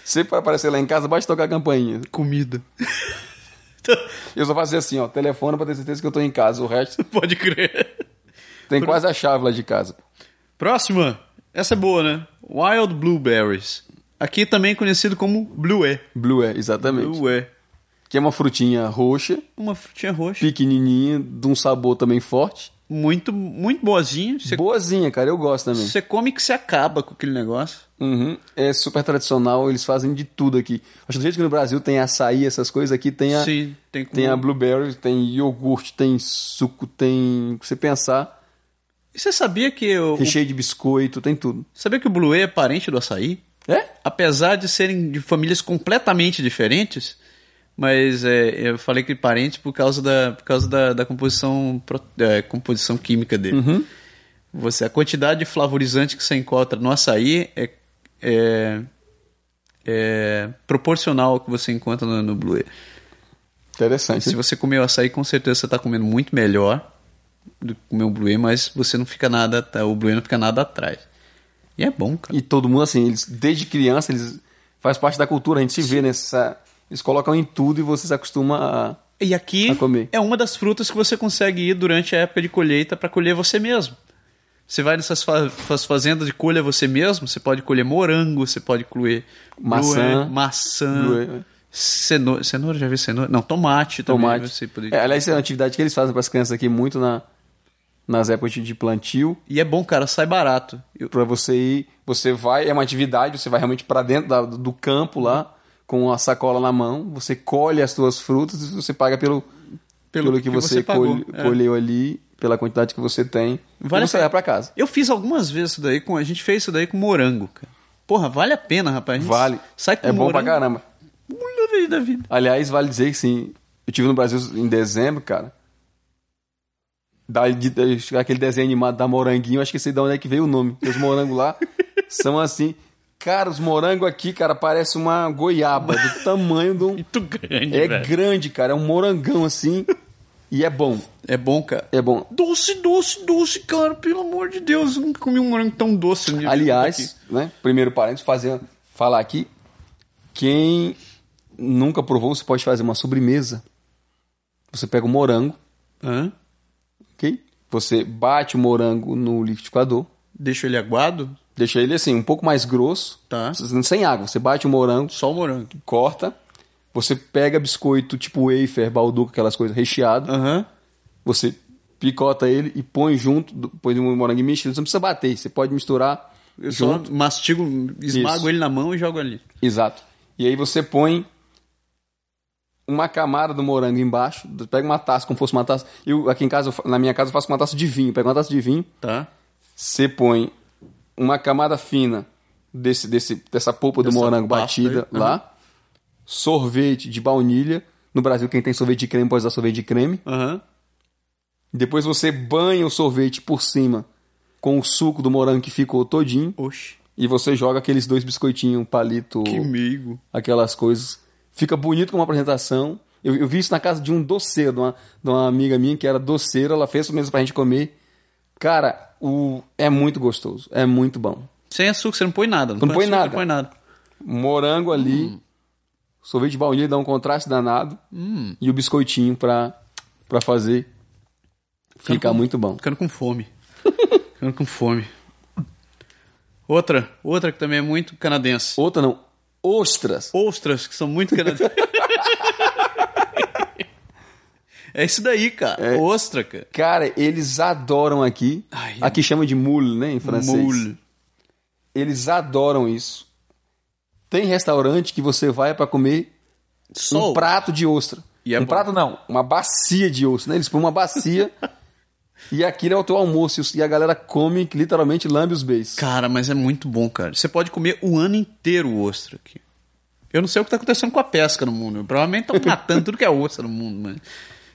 D: Você para aparecer lá em casa, basta tocar a campainha.
C: Comida.
D: Então, Eu só faço assim, ó, telefone pra ter certeza que eu tô em casa. O resto
C: Pode crer.
D: tem quase a chave lá de casa.
C: Próxima. Essa é boa, né? Wild Blueberries. Aqui também é conhecido como Blué.
D: Blue é, exatamente.
C: Blué.
D: Que é uma frutinha roxa,
C: Uma frutinha roxa.
D: pequenininha, de um sabor também forte.
C: muito, muito boazinha. Você,
D: Boazinha, cara, eu gosto também.
C: você come que você acaba com aquele negócio.
D: Uhum. É super tradicional, eles fazem de tudo aqui. Acho que do jeito que no Brasil tem açaí, essas coisas aqui, tem a,
C: Sim, tem com...
D: tem a blueberry, tem iogurte, tem suco, tem. o que você pensar,
C: E você sabia que o, o-
D: recheio de biscoito, tem tudo.
C: sabia que o Bluey é parente do açaí?
D: É?
C: Apesar de serem de famílias completamente diferentes, mas é, eu falei que parente por causa da, por causa da, da composição, pro- é, composição química dele.
D: Uhum.
C: Você, a quantidade de flavorizante que você encontra no açaí é, é, é proporcional ao que você encontra no, no Blue.
D: Interessante.
C: Se você comer o açaí, com certeza você está comendo muito melhor do que comer o Blue, mas você não fica nada, tá- o Blue não fica nada atrás. E é bom, cara.
D: E todo mundo, assim, eles, desde criança, eles faz parte da cultura, a gente se vê nessa. Eles colocam em tudo e você se acostuma a.
C: E aqui
D: Pra comer.
C: é uma das frutas que você consegue ir durante a época de colheita para colher você mesmo. Você vai nessas fa- faz- fazendas de colha você mesmo, você pode colher morango, você pode colher
D: Maçã.
C: blué, maçã,
D: Blué.
C: cenoura, cenoura, já vi cenoura? Não, tomate também. né,
D: Tomate.
C: Você poderia-
D: É, aliás, essa é uma atividade que eles fazem para as crianças aqui muito na, nas épocas de- de plantio.
C: E é bom, cara, sai barato. Eu-
D: Para você ir, você vai, é uma atividade, você vai realmente para dentro da- do campo lá, com a sacola na mão, você colhe as suas frutas e você paga pelo, pelo, que, você,
C: pagou,
D: colhe-
C: é.
D: colheu ali, pela quantidade que você tem.
C: Vale
D: e
C: a
D: você
C: pena.
D: leva para casa.
C: Eu fiz algumas vezes isso daí, com, a gente fez isso daí com morango, cara. Porra, vale a pena, rapaz. A gente
D: Vale.
C: Sai né? com
D: é bom
C: morango.
D: pra caramba.
C: Pula vida da vida.
D: Aliás, vale dizer que sim. Eu tive no Brasil em dezembro, cara. Da, de, de- aquele desenho animado da moranguinho, eu esqueci de onde é que veio o nome. Os morangos lá são assim. Cara, os morangos aqui, cara, parece uma goiaba do tamanho de um.
C: Muito grande,
D: É
C: tipo velho.
D: grande, cara. É um morangão assim. E é bom.
C: É bom, cara.
D: É bom.
C: Doce, doce, doce, cara. Pelo amor de Deus, eu nunca comi um morango tão doce. na minha vida
D: Aliás, né? Primeiro parênteses, fazer, falar aqui. Quem nunca provou, você pode fazer uma sobremesa. Você pega o morango,
C: aqui. Hã?
D: ok? Você bate o morango no liquidificador,
C: Deixa ele aguado?
D: deixa ele assim, um pouco mais grosso,
C: Tá.
D: sem água. Você bate o morango,
C: Só o morango.
D: corta, você pega biscoito tipo wafer, balduco, aquelas coisas, recheado,
C: Aham.
D: você picota ele e põe junto, do- põe um morango mexido, você não precisa bater, você pode misturar
C: Eu só
D: junto.
C: mastigo, esmago
D: Isso.
C: ele na mão e jogo ali.
D: Exato. E aí você põe uma camada do morango embaixo, pega uma taça, como fosse uma taça. Eu, aqui em casa, eu fa- na minha casa, eu faço com uma taça de vinho. Pega uma taça de vinho,
C: Tá?
D: Você põe uma camada fina desse, desse, dessa polpa
C: Dessa
D: do morango
C: pasta
D: batida
C: aí,
D: lá, sorvete de baunilha. No Brasil, quem tem sorvete de creme pode usar sorvete de creme.
C: Aham.
D: Depois você banha o sorvete por cima com o suco do morango que ficou todinho.
C: Oxe.
D: E você joga aqueles dois biscoitinhos, palito,
C: Que meigo.
D: aquelas coisas. Fica bonito com uma apresentação. Eu, eu vi isso na casa de um doceiro, de uma, de uma amiga minha que era doceira. Ela fez mesmo pra gente comer. Cara, o, é muito gostoso. É muito bom.
C: Sem açúcar, você não põe nada.
D: Não põe
C: açúcar,
D: nada.
C: Não põe nada.
D: morango ali,
C: Hum.
D: sorvete de baunilha dá um contraste danado
C: Hum.
D: e o biscoitinho pra, pra fazer ficar muito bom.
C: Ficando com fome. Ficando com fome. Outra, outra que também é muito canadense.
D: Outra não, ostras.
C: Ostras, que são muito canadenses. é isso daí, cara. Ostra, cara.
D: Cara, eles adoram aqui.
C: Ai, é
D: aqui chama de moule, né, em francês.
C: Moule.
D: Eles adoram isso. Tem restaurante que você vai pra comer
C: Só
D: um prato de ostra.
C: E é
D: um
C: bom.
D: prato não, uma bacia de ostra, né? Eles põem uma bacia e aquilo é o teu almoço e os- e a galera come literalmente lambe os beijos.
C: Cara, mas é muito bom, cara. Você pode comer o ano inteiro ostra aqui. Eu não sei o que tá acontecendo com a pesca no mundo. Provavelmente estão matando tudo que é ostra no mundo, mas...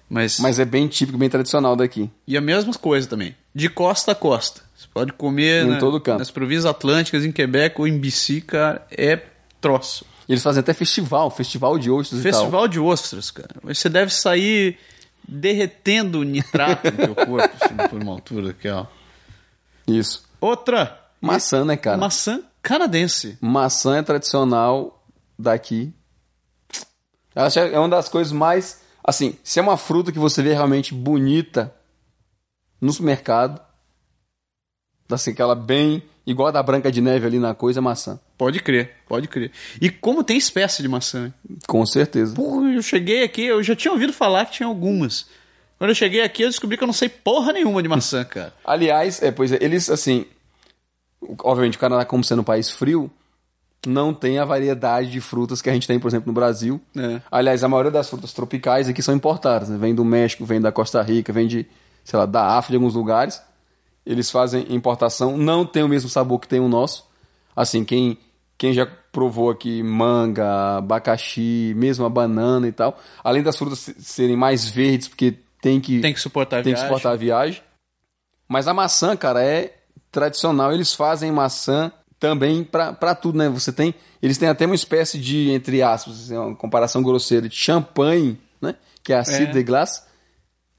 C: Mas,
D: Mas é bem típico, bem tradicional daqui.
C: E a mesma coisa também. De costa a costa. Você pode comer...
D: Em
C: né,
D: todo canto.
C: Nas províncias atlânticas, em Quebec ou em BC, cara, é troço.
D: E Eles fazem até festival, festival de ostras e tal.
C: Festival de ostras, cara. Mas Você deve sair derretendo nitrato no teu corpo, assim, por uma altura daquela.
D: Isso.
C: Outra.
D: Maçã, né, cara?
C: Maçã canadense.
D: Maçã é tradicional daqui. Eu acho que é uma das coisas mais. Assim, se é uma fruta que você vê realmente bonita no supermercado, assim, aquela bem. igual a da Branca de Neve ali na coisa, é maçã.
C: Pode crer, pode crer. E como tem espécie de maçã, né? hein?
D: Com certeza.
C: Porra, eu cheguei aqui, eu já tinha ouvido falar que tinha algumas. Quando eu cheguei aqui, eu descobri que eu não sei porra nenhuma de maçã, cara.
D: Aliás, é, pois é, eles, assim. Obviamente, o Canadá, como sendo um país frio, não tem a variedade de frutas que a gente tem, por exemplo, no Brasil.
C: É.
D: Aliás, a maioria das frutas tropicais aqui são importadas. Né? Vem do México, vem da Costa Rica, vem de, sei lá, da África, de alguns lugares. Eles fazem importação, não tem o mesmo sabor que tem o nosso. Assim, quem, quem já provou aqui manga, abacaxi, mesmo a banana e tal. Além das frutas se- serem mais verdes, porque tem que,
C: Tem que suportar a
D: tem que
C: viagem.
D: suportar a viagem. Mas a maçã, cara, é tradicional. Eles fazem maçã também pra pra tudo, né? Você tem, eles têm até uma espécie de entre aspas, assim, uma comparação grosseira de champanhe, né? Que é a cidre de glace,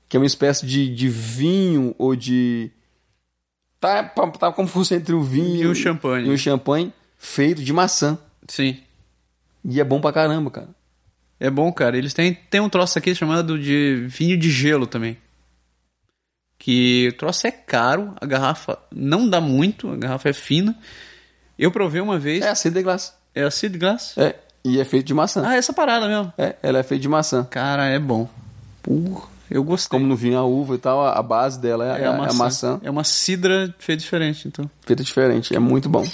D: que é uma espécie de, de vinho ou de tá, pa- tá como se fosse entre o vinho
C: E o champanhe.
D: e o champanhe feito de maçã.
C: Sim.
D: E é bom pra caramba, cara.
C: É bom, cara. Eles têm, têm um troço aqui chamado de vinho de gelo também. Que o troço é caro, a garrafa não dá muito, a garrafa é fina. Eu provei uma vez,
D: É a cidre de glace.
C: é a Seed Glass.
D: É, e é feito de maçã.
C: Ah, essa parada mesmo.
D: É, ela é feita de maçã.
C: Cara, é bom. Pô, eu gostei.
D: Como no vinho a uva e tal, a a base dela é, é a, maçã.
C: É uma cidra feita diferente, então.
D: feita diferente. É muito bom.
C: Tá.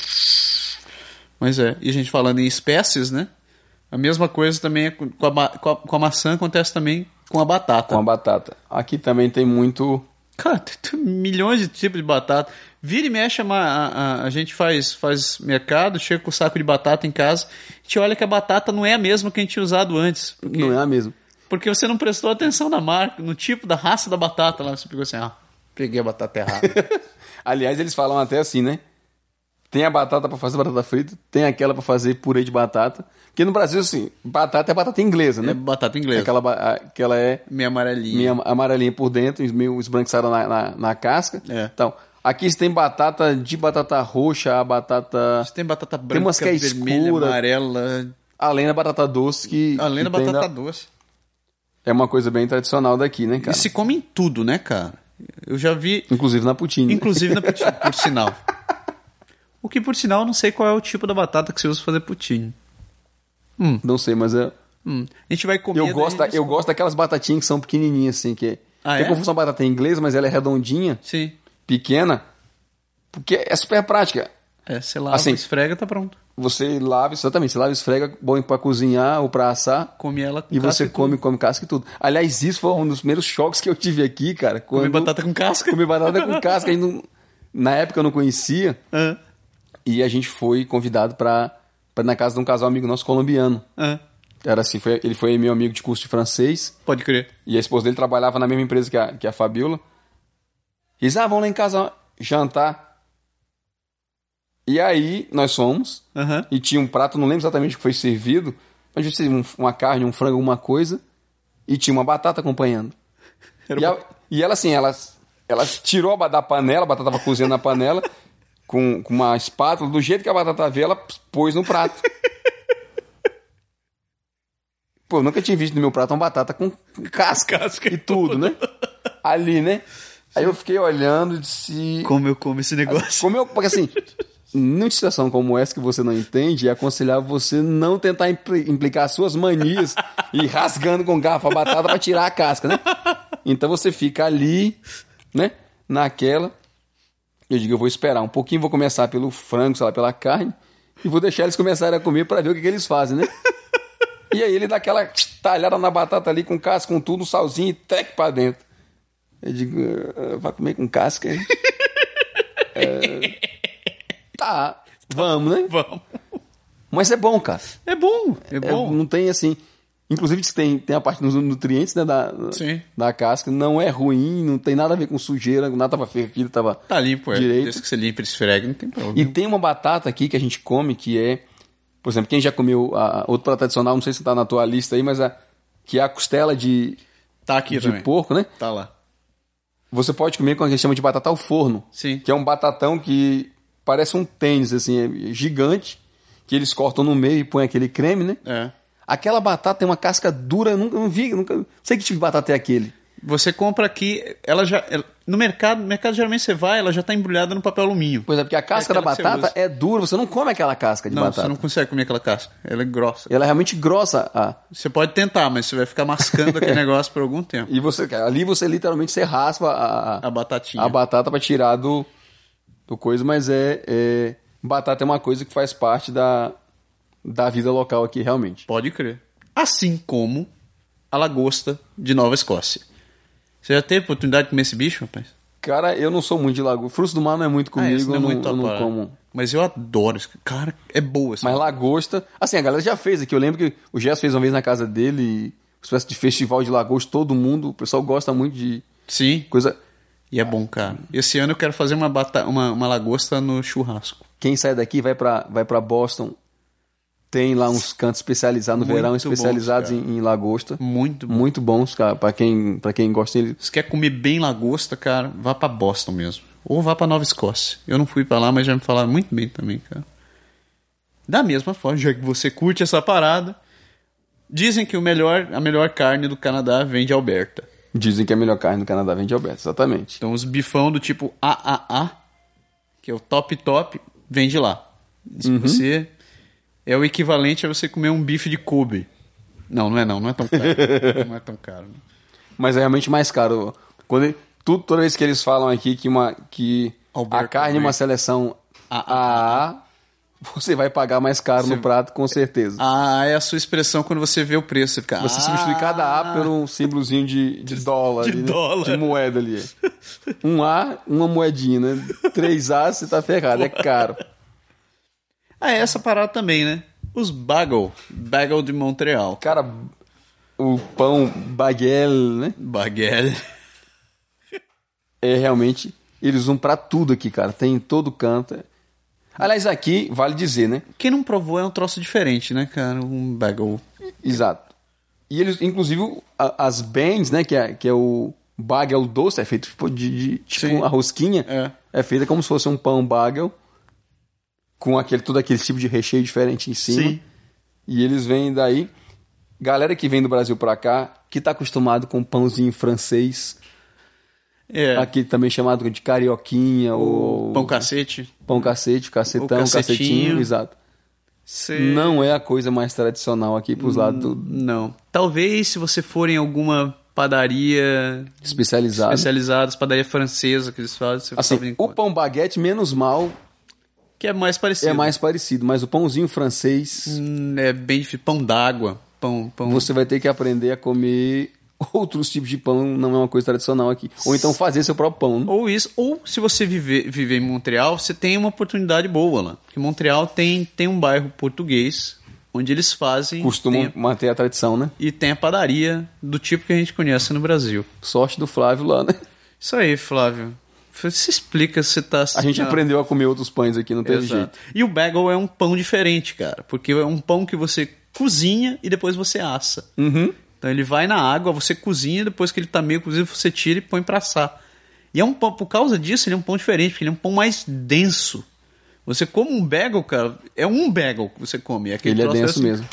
C: Mas é. E a gente falando em espécies, né? A mesma coisa também é com com a, ma- com a- com a maçã acontece também com a batata.
D: Com a batata. Aqui também tem muito.
C: Cara, tem, tem milhões de tipos de batata. Vira e mexe, a, ma- a, a- a gente faz, faz mercado, chega com o saco de batata em casa, a gente olha que a batata não é a mesma que a gente tinha usado antes. Porque,
D: Não é a mesma.
C: porque você não prestou atenção na marca, no tipo da raça da batata lá. Você pegou assim, ah, peguei a batata errada.
D: Aliás, eles falam até assim, né? Tem a batata pra fazer batata frita, tem aquela pra fazer purê de batata. Porque no Brasil, assim, batata é batata inglesa,
C: é
D: né?
C: batata inglesa.
D: Aquela ba- a- que ela é
C: Meio amarelinha.
D: meio amarelinha por dentro, meio esbranquiçada na, na, na casca.
C: É.
D: Então, aqui você tem batata de batata roxa, a batata.
C: Tem batata branca,
D: umas que é
C: vermelha,
D: escura.
C: amarela,
D: Além da batata doce, que.
C: além da
D: que tem
C: batata doce.
D: É uma coisa bem tradicional daqui, né,
C: E
D: cara?
C: se come em tudo, né, cara? Eu já vi,
D: Inclusive na poutine. né?
C: inclusive na poutine, por sinal. O que, por sinal, eu não sei qual é o tipo da batata que você usa pra fazer poutine.
D: Não sei, mas é.
C: Hum, A gente vai comer...
D: Eu
C: daí
D: gosto, da-
C: a gente-
D: eu gosto daquelas batatinhas que são pequenininhas, assim, que
C: Ah,
D: tem
C: é?
D: confusão com batata inglesa, mas ela é redondinha,
C: Sim.
D: pequena, porque é super prática.
C: É, sei lá,
D: Assim.
C: esfrega, tá pronto.
D: Você lava, exatamente, você lava e esfrega, bom pra cozinhar ou pra assar,
C: Come ela com
D: e
C: casca
D: você
C: tudo.
D: come, come casca e tudo. Aliás, isso foi um dos primeiros choques que eu tive aqui, cara.
C: Come
D: quando-
C: batata com casca.
D: Comi batata com casca, a gente não- na época eu não conhecia,
C: Ah,
D: e a gente foi convidado pra, pra ir na casa de um casal amigo nosso colombiano.
C: ah,
D: Era assim, foi- ele foi meu amigo de curso de francês,
C: pode crer.
D: E a esposa dele trabalhava na mesma empresa que a, que a Fabiola. Eles, ah, vão lá em casa jantar. E aí, nós fomos.
C: Aham.
D: E tinha um prato, não lembro exatamente o que foi servido. Mas tinha um- uma carne, um frango, alguma coisa. E tinha uma batata acompanhando.
C: Era
D: E, a- e ela, assim, ela, ela tirou a ba- da panela, a batata tava cozinhando na panela. Com, com uma espátula, do jeito que a batata veio, ela pôs no prato. Pô, eu nunca tinha visto no meu prato uma batata com casca,
C: Casca
D: e tudo, né? Ali, né? Aí eu fiquei olhando e disse.
C: Como eu como esse negócio.
D: Como eu. Porque assim, numa situação como essa que você não entende, é aconselhável você não tentar impli- implicar suas manias e ir rasgando com garfo a batata pra tirar a casca, né? Então você fica ali, né? Naquela. Eu digo, eu vou esperar um pouquinho, vou começar pelo frango, sei lá, pela carne, e vou deixar eles começarem a comer pra ver o que, que eles fazem, né? E aí ele dá aquela talhada na batata ali com casca, com tudo, um salzinho e trec pra dentro. Eu digo, "Ah, vai comer com casca? hein?" É, tá, vamos, né?
C: Vamos.
D: Mas é bom, cara.
C: É bom, é
D: É,
C: bom.
D: não tem assim. Inclusive, diz que tem, tem a parte dos nutrientes né, da,
C: Sim.
D: da casca. Não é ruim, não tem nada a ver com sujeira, nada tava feio aquilo, tava.
C: Tá limpo, é.
D: Direito.
C: Desde que você limpa e esfrega, não tem problema.
D: E tem uma batata aqui que a gente come que é, por exemplo, quem já comeu a, outro prato tradicional, não sei se tá na tua lista aí, mas a, que é a costela de,
C: Tá aqui
D: de
C: também.
D: porco, né?
C: Tá lá.
D: Você pode comer com o que a gente chama de batata ao forno,
C: Sim.
D: que é um batatão que parece um tênis, assim, é gigante, que eles cortam no meio e põem aquele creme, né?
C: É.
D: Aquela batata tem uma casca dura, eu nunca eu não vi, nunca, não sei que tipo de batata é aquele.
C: Você compra aqui, ela já. ela- no mercado, no mercado geralmente você vai, ela já tá embrulhada no papel alumínio.
D: Pois é, porque a casca da
C: aquela que você
D: batata
C: usa.
D: é dura, você não come aquela casca de
C: não,
D: batata.
C: você não consegue comer aquela casca. Ela é grossa.
D: Ela é realmente grossa. a-
C: Você pode tentar, mas você vai ficar mascando aquele negócio por algum tempo.
D: E você, ali você literalmente você raspa a,
C: A batatinha.
D: a batata para tirar do, do coisa, mas é, é- Batata é uma coisa que faz parte da, da vida local aqui, realmente.
C: Pode crer. Assim como a lagosta de Nova Escócia. Você já teve oportunidade de comer esse bicho, rapaz?
D: Cara, eu não sou muito de lagosta. Frutos do mar não é muito
C: Ah,
D: comigo,
C: esse
D: eu não, eu
C: tua
D: não
C: praia.
D: como.
C: Mas eu adoro. esse- Cara, é boa. Assim.
D: Mas lagosta. Assim, a galera já fez aqui. Eu lembro que o Gerson fez uma vez na casa dele, uma espécie de festival de lagosta, todo mundo. O pessoal gosta muito de
C: Sim.
D: coisa.
C: E é bom, cara. Esse ano eu quero fazer uma, bata... uma, uma lagosta no churrasco.
D: Quem sai daqui vai pra vai para Boston. Tem lá uns cantos especializados no
C: Muito
D: verão,
C: bons,
D: especializados
C: cara.
D: em, em lagosta.
C: Muito bom.
D: Muito bons, cara. Pra quem, pra quem gosta, ele-
C: Se quer comer bem lagosta, cara, vá pra Boston mesmo. Ou vá pra Nova Escócia. Eu não fui pra lá, mas já me falaram muito bem também, cara. Da mesma forma, já que você curte essa parada, dizem que o melhor, a melhor carne do Canadá vem de Alberta.
D: dizem que a melhor carne do Canadá vem de Alberta. Exatamente.
C: Então os bifão do tipo AAA, que é o top top, vem de lá. Se você é o equivalente a você comer um bife de Kobe. Não, não é não, não é tão caro. não é tão caro.
D: Mas é realmente mais caro. Quando ele- tu- toda vez que eles falam aqui que, uma, que
C: Alberta
D: a carne é uma
C: Grey.
D: seleção AAA, você vai pagar mais caro no prato, com certeza.
C: Ah, é a sua expressão quando você vê o preço, você fica
D: Você
C: ah,
D: substitui cada A por um símbolozinho de, de dólar.
C: de
D: ali, né?
C: dólar.
D: De moeda ali. Um A, uma moedinha, né? Três A, você tá ferrado, é caro.
C: Ah, é essa parada também, né? Os bagel, bagel de Montreal.
D: Cara, o pão baguel, né?
C: Baguel.
D: É realmente... Eles usam pra tudo aqui, cara. Tem em todo canto. é. Aliás, aqui, vale dizer, né?
C: Quem não provou é um troço diferente, né, cara? Um bagel.
D: Exato. E eles, inclusive, o- a- as bands, né? Que é, que é o bagel doce, é feito tipo de, de- tipo
C: Sim.
D: a rosquinha.
C: É.
D: É feita como se fosse um pão bagel. Com aquele, todo aquele tipo de recheio diferente em cima.
C: Sim.
D: E eles vêm daí. Galera que vem do Brasil pra cá, que tá acostumado com pãozinho francês,
C: É.
D: aqui também chamado de carioquinha ou
C: Pão cacete.
D: pão cacete, cacetão,
C: cacetinho.
D: cacetinho, exato.
C: Cê-
D: Não é a coisa mais tradicional aqui
C: Hum.
D: pros lados do-
C: Não. Talvez se você for em alguma padaria
D: especializado.
C: especializadas, padaria francesa que eles fazem, você talvez
D: Assim, o
C: encontre.
D: pão baguete, menos mal,
C: que é mais parecido.
D: é mais parecido, mas o pãozinho francês,
C: Hum, É bem difícil. Pão d'água. Pão, pão...
D: você vai ter que aprender a comer outros tipos de pão, não é uma coisa tradicional aqui. Ou então fazer seu próprio pão. né?
C: Ou isso, ou se você viver, viver em Montreal, você tem uma oportunidade boa lá. Porque Montreal tem, tem um bairro português onde eles fazem
D: Costuma
C: tem-
D: manter a tradição, né?
C: e tem a padaria do tipo que a gente conhece no Brasil.
D: Sorte do Flávio lá, né?
C: Isso aí, Flávio. Se explica se tá
D: A gente
C: na-
D: aprendeu a comer outros pães aqui, não teve jeito.
C: Exato. E o bagel é um pão diferente, cara, porque é um pão que você cozinha e depois você assa.
D: Uhum.
C: Então ele vai na água, você cozinha, depois que ele tá meio cozido, você tira e põe pra assar. E é um pão, por causa disso, ele é um pão diferente, porque ele é um pão mais denso. Você come um bagel, cara, é um bagel que você come. é aquele
D: Ele é
C: troço
D: denso mesmo.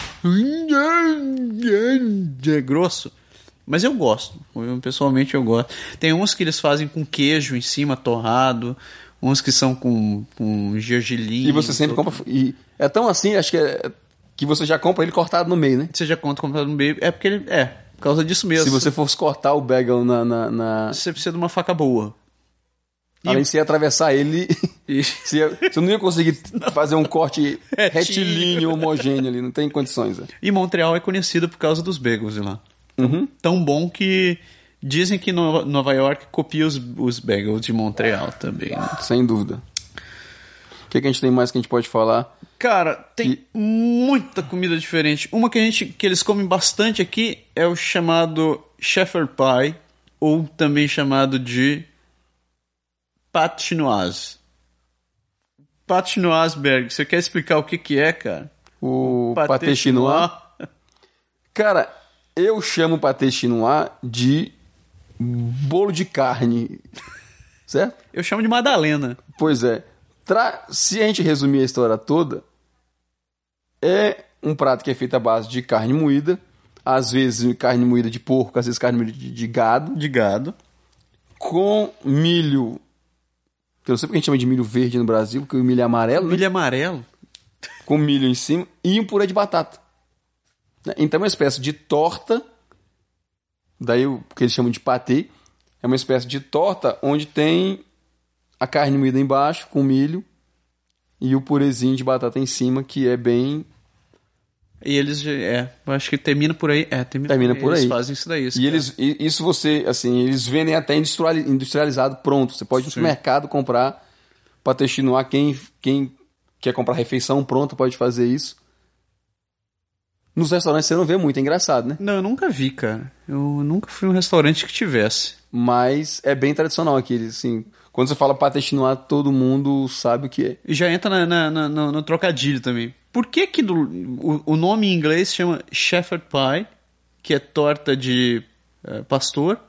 C: É grosso. Mas eu gosto. Eu, pessoalmente eu gosto. Tem uns que eles fazem com queijo em cima, torrado. Uns que são com, com gergelim.
D: E você sempre compra. E é tão assim, acho que é, que você já compra ele cortado no meio, né?
C: Você já conta comprado no meio. É porque ele. É, por causa disso mesmo.
D: Se você fosse cortar o bagel na. na, na...
C: Você precisa de uma faca boa. E-
D: Além de você atravessar ele,
C: E-
D: você, ia- você não ia conseguir fazer um corte
C: Retinho.
D: retilíneo, homogêneo ali, não tem condições. né?
C: E Montreal é conhecida por causa dos bagels de lá.
D: Uhum.
C: Tão bom que dizem que Nova Nova York copia os, os bagels de Montreal também. né?
D: Sem dúvida. O que, que a gente tem mais que a gente pode falar?
C: Cara, tem
D: E-
C: muita comida diferente. Uma que a gente que eles comem bastante aqui é o chamado shepherd pie ou também chamado de pâte chinoise. Pâte chinoise Berg, você quer explicar o que que é, cara?
D: O patê chinois. Cara, eu chamo patê chinois de bolo de carne, certo?
C: Eu chamo de madalena.
D: Pois é. Tra- Se a gente resumir a história toda, é um prato que é feito à base de carne moída, às vezes carne moída de porco, às vezes carne moída de, de gado,
B: de gado.
D: com milho. Que eu não sei porque a gente chama de milho verde no Brasil, porque o milho é amarelo, né?
C: Milho amarelo?
D: com milho em cima e um purê de batata. Né? Então é uma espécie de torta, daí o que eles chamam de patê, é uma espécie de torta onde tem a carne moída embaixo com milho e o purezinho de batata em cima, que é bem...
C: E eles, é, eu acho que termina por aí. É, termina,
D: Termina por aí.
C: Eles fazem isso daí. isso
D: e
C: que é.
D: eles, e- isso você, assim, eles vendem até industriali- industrializado pronto. Você pode ir no supermercado comprar para testinuar quem, quem quer comprar refeição pronta pode fazer isso. Nos restaurantes você não vê muito, é engraçado, né?
C: Não, eu nunca vi, cara. Eu nunca fui a um restaurante que tivesse.
D: mas é bem tradicional aqui. eles, Assim, quando você fala patestinoar, todo mundo sabe o que é.
C: E já entra na, na- na- no, no trocadilho também. Por que que do- o, o nome em inglês chama Shepherd Pie, que é torta de eh, pastor?